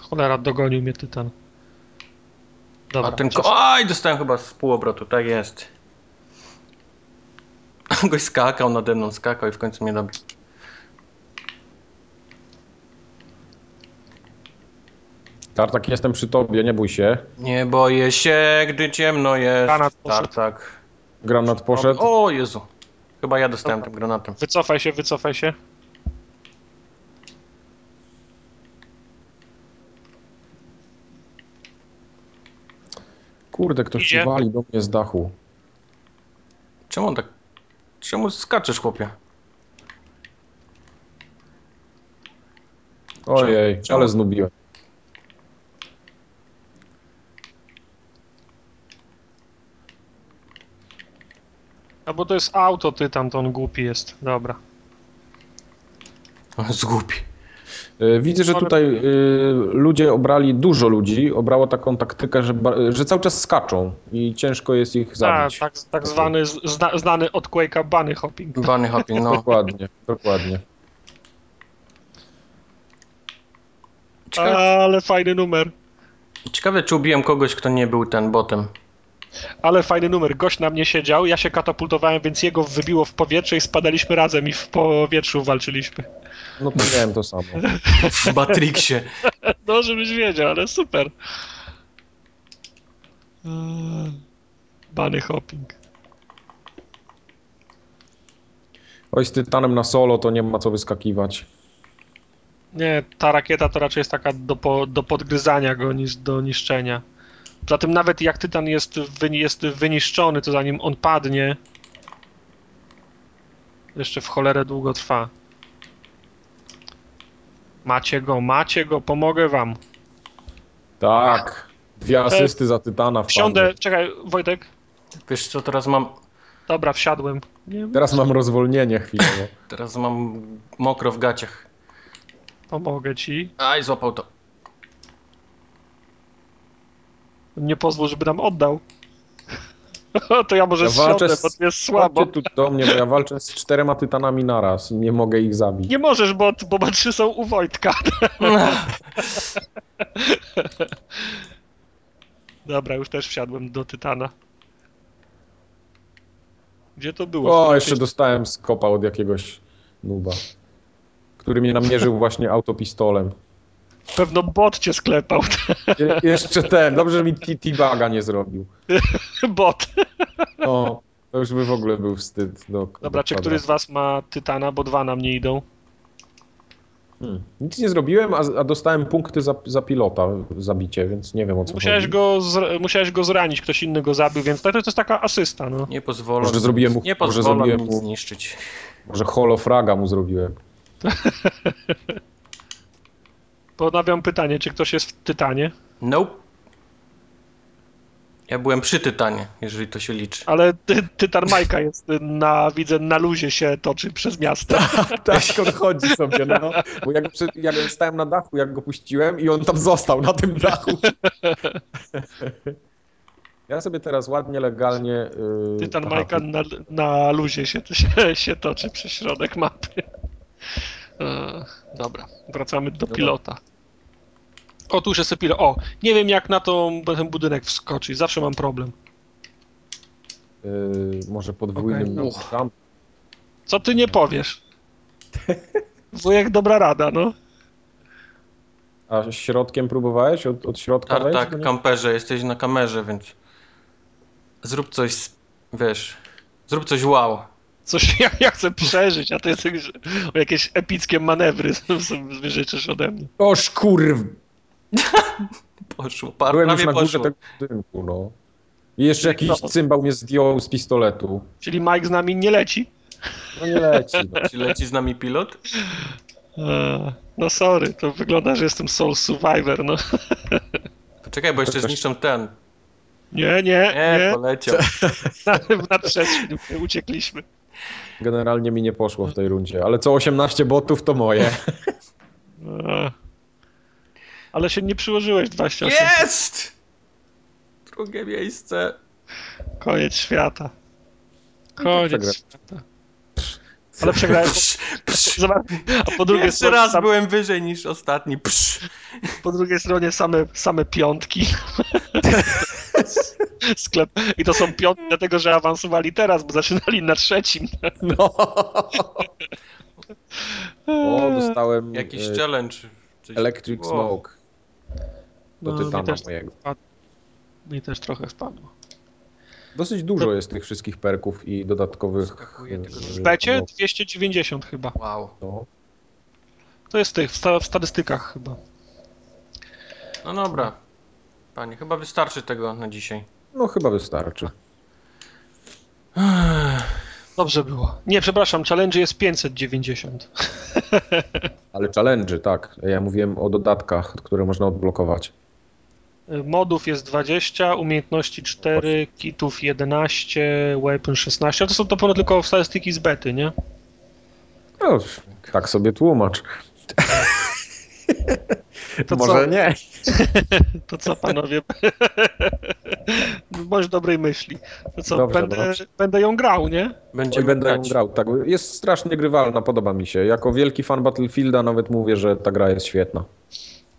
Cholera, dogonił mnie tytan. Dobra, A ten ko- cios- Oj, dostałem chyba z pół obrotu, tak jest. Goś skakał nade mną, skakał i w końcu mnie dobił. Tartak, jestem przy tobie, nie bój się. Nie boję się, gdy ciemno Granat jest. poszedł. Tartak. Granat poszedł. O Jezu. Chyba ja dostałem tym granatem. Wycofaj się, wycofaj się. Kurde, ktoś Idzie. się wali do mnie z dachu. Czemu on tak... Czemu skaczesz, chłopie? Ojej, Czemu? ale znubiłem. A No bo to jest auto tytan, to on głupi jest. Dobra. On jest głupi. E, Widzę, że Ale- tutaj e, ludzie obrali, dużo ludzi obrało taką taktykę, że, ba- że cały czas skaczą i ciężko jest ich Tak, zabić. tak, tak zwany, z- zna, znany od Quake'a bunny hopping. Bunny hopping, no. Dokładnie, dokładnie. Ciekawe, Ale fajny numer. ciekawe, czy ubiłem kogoś, kto nie był ten botem. Ale fajny numer. Gość na mnie siedział, ja się katapultowałem, więc jego wybiło w powietrze i spadaliśmy razem i w powietrzu walczyliśmy. No to miałem to samo. W Batrixie. No, żebyś wiedział, ale super. Eee, Bunny hopping. Oj, z Tytanem na solo to nie ma co wyskakiwać. Nie, ta rakieta to raczej jest taka do, po, do podgryzania go niż do niszczenia. Zatem nawet jak Tytan jest, wy- jest wyniszczony, to zanim on padnie, jeszcze w cholerę długo trwa. Macie go, macie go, pomogę wam. Tak, dwie asysty za Tytana Wsiądę, wpadły. czekaj, Wojtek. Wiesz co, teraz mam, Dobra, wsiadłem. Nie, Teraz mam rozwolnienie chwilowe. teraz mam mokro w gaciach. pomogę ci. Aj, złapał to. Nie pozwól, żeby nam oddał. to ja może Ja ja walczę zsiądę, z- bo to jest słabo. Chodźcie tu do mnie, bo ja walczę z czterema Tytanami naraz i nie mogę ich zabić. Nie możesz, bo, bo batrzy są u Wojtka. Dobra, już też wsiadłem do Tytana. Gdzie to było? O, jeszcze dostałem skopa od jakiegoś nuba, który mnie namierzył właśnie autopistolem. Pewno bot cię sklepał. Je, jeszcze ten, dobrze, że mi T- T-Baga nie zrobił. bot. No, to już by w ogóle był wstyd. no, Do, Dobra, do czy któryś z was ma Tytana, bo dwa na mnie idą. Hmm. Nic nie zrobiłem, a, a dostałem punkty za, za pilota zabicie, więc nie wiem o co Musiałeś chodzi. go, zra- musiałeś go zranić, ktoś inny go zabił, więc tak to, to jest taka asysta, no. Nie pozwolę. Może zrobiłem mu- nie może pozwolę zrobiłem nic mu- zniszczyć. Może holofraga mu zrobiłem. Ponawiam pytanie, czy ktoś jest w Tytanie? Nope. Ja byłem przy Tytanie, jeżeli to się liczy. Ale ty, Tytan Majka jest na, widzę, na luzie się toczy przez miasto. Tak, on chodzi sobie, no. Bo ja, go przy, ja go stałem na dachu, jak go puściłem i on tam został na tym dachu. Ja sobie teraz ładnie, legalnie... Yy, Tytan aha, Majka na, na luzie się, się, się toczy przez środek mapy. E, Dobra, wracamy do pilota. O, tu już jest pilot. O, nie wiem jak na to ten budynek wskoczyć, zawsze mam problem. Yy, może podwójnym Okej. okay. tam. Co ty nie powiesz? Wujek dobra rada, no. A środkiem próbowałeś? Od, od środka Tak, wejść? tak, No, kamperze, jesteś na kamerze, więc zrób coś, z- wiesz, zrób coś wow. Coś ja, ja chcę przeżyć, a ty jesteś o jakieś epickie manewry sobie życzysz ode mnie. O szkurw! Poszło, par, Byłem już prawie na górze poszło. tego budynku, no. I jeszcze jakiś No. cymbał mnie zdjął z pistoletu. Czyli Mike z nami nie leci? No nie leci. No. Czy leci z nami pilot? Eee, No sorry, to wygląda, że jestem Soul Survivor, no. Poczekaj, bo jeszcze Ktoś- zniszczą ten. Nie, nie, nie. Nie, poleciał. Na, na przestrzeń uciekliśmy. Generalnie mi nie poszło w tej rundzie, ale co 18 botów to moje. Eee. Ale się nie przyłożyłeś 28. Jest! Drugie miejsce. Koniec świata. Koniec Przegra- świata. Ale przegrałem. Psz, psz. Zobacz, a po drugiej, Pierwszy stronie, raz same, byłem wyżej niż ostatni. Psz. po drugiej stronie same, same piątki. Sklep. I to są piątki, dlatego że awansowali teraz, bo zaczynali na trzecim. No. O, Eee, dostałem Jakiś e, challenge. Coś... Electric Wow. Smoke do No, mi tytana też- mojego. Mi też trochę wpadło. Dosyć dużo jest tych wszystkich perków i dodatkowych... Skakuje tylko e, z no, W becie 290 chyba. Wow. no. To jest tych, w, sta- w statystykach chyba. No dobra. Panie, chyba wystarczy tego na dzisiaj. No chyba wystarczy. Dobrze było. Nie, przepraszam, challenge jest 590. Ale challenge, tak. Ja mówiłem o dodatkach, które można odblokować. Y, Modów jest 20, umiejętności 4, kitów 11, weapon 16. A to są to ponad tylko statystyki z bety, nie? No, tak sobie tłumacz. To Może co? nie. To co panowie? No, Bądź dobrej myśli. To co, Dobrze, będę, dobrze. będę ją grał, nie? Oj, Będziemy będę ją grać. grał, tak. Jest strasznie grywalna, podoba mi się. Jako wielki fan Battlefielda nawet mówię, że ta gra jest świetna.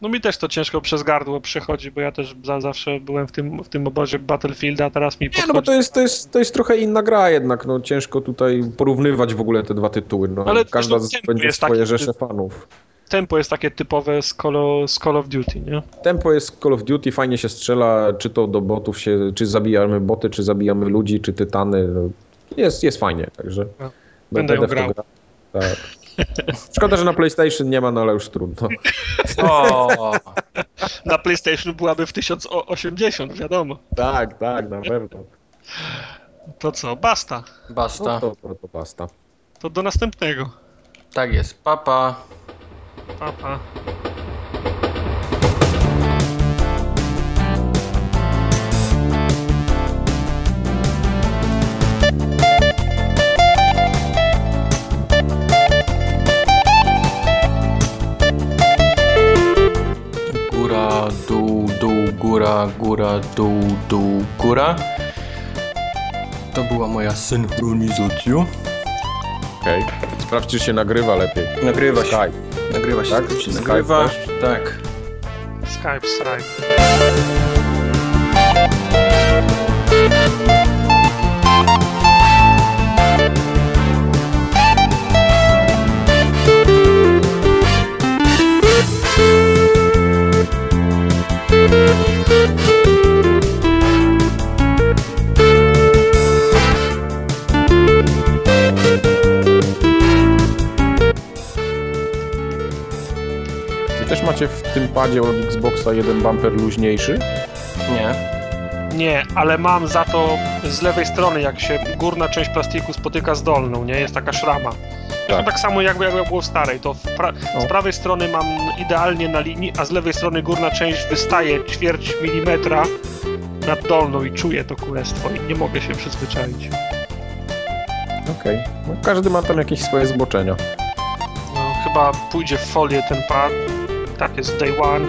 No mi też to ciężko przez gardło przechodzi, bo ja też za, zawsze byłem w tym, w tym obozie Battlefielda, a teraz mi Nie, no bo to jest, to jest, to jest trochę inna gra jednak, no ciężko tutaj porównywać w ogóle te dwa tytuły, no Ale Ale każda to z tempo będzie jest swoje takie- rzesze fanów. Tempo jest takie typowe z Call, of- z Call of Duty, nie? Tempo jest Call of Duty, fajnie się strzela, czy to do botów się, czy zabijamy boty, czy zabijamy ludzi, czy tytany, no, jest, jest fajnie, także No. Będę będę, ją będę w grał. to grał. Tak. Szkoda, że na PlayStation nie ma, no ale już trudno. O, Na PlayStation byłaby w 1080, wiadomo. Tak, tak, na pewno. To co, basta. basta. No to, to, to basta. To do następnego. Tak jest. Papa. Pa, Pa. pa. Góra, dół, dół, góra, góra, dół, dół, góra. To była moja synchronizacja. Okej. Sprawdź, czy się nagrywa lepiej. Nagrywa się. Skype. Nagrywa się. Tak? Czy Skype Nagrywa. też? Tak. Skype, Skype. Wy też macie w tym padzie od Xboxa jeden bumper luźniejszy? Nie. Nie, ale mam za to z lewej strony, jak się górna część plastiku spotyka z dolną, nie? Jest taka szrama. Tak, Tak. tak samo jakby, jakby było w starej, to w pra- No. z prawej strony mam idealnie na linii, a z lewej strony górna część wystaje ćwierć milimetra nad dolną i czuję to królestwo i nie mogę się przyzwyczaić. Okej. No, każdy ma tam jakieś swoje zboczenia. No, chyba pójdzie w folię ten pad, tak jest day one,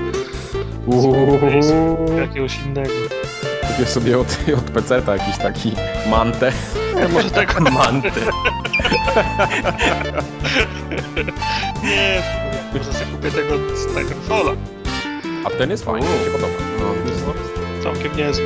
No. jakiegoś innego. Kupię sobie od, od PC-ta jakiś taki mantę. Może tak. tego Manty. nie, może sobie kupię tego z Titanfalla. A ten jest fajny, mi się podoba. No. Całkiem niezły.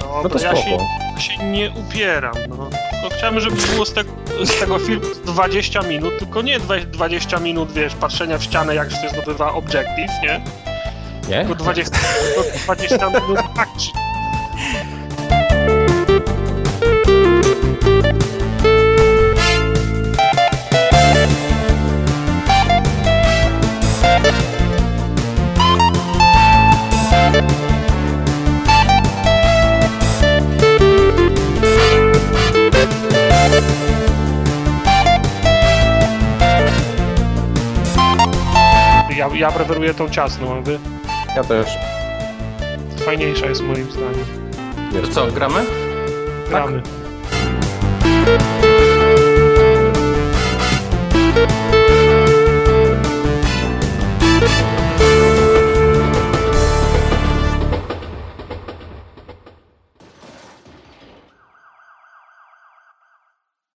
No to Dobra, ja się, spoko. się nie upieram. No. Tylko chciałbym, żeby było z, tego z tego filmu 20 minut, tylko nie 20 minut, wiesz, patrzenia w ścianę, jak się zdobywa Objective, nie? Nie? Tylko 20, tylko 20 minut akcji. Ja, ja preferuję tą ciasną, a wy Ja też. fajniejsza jest moim zdaniem. To co, gramy? Gramy.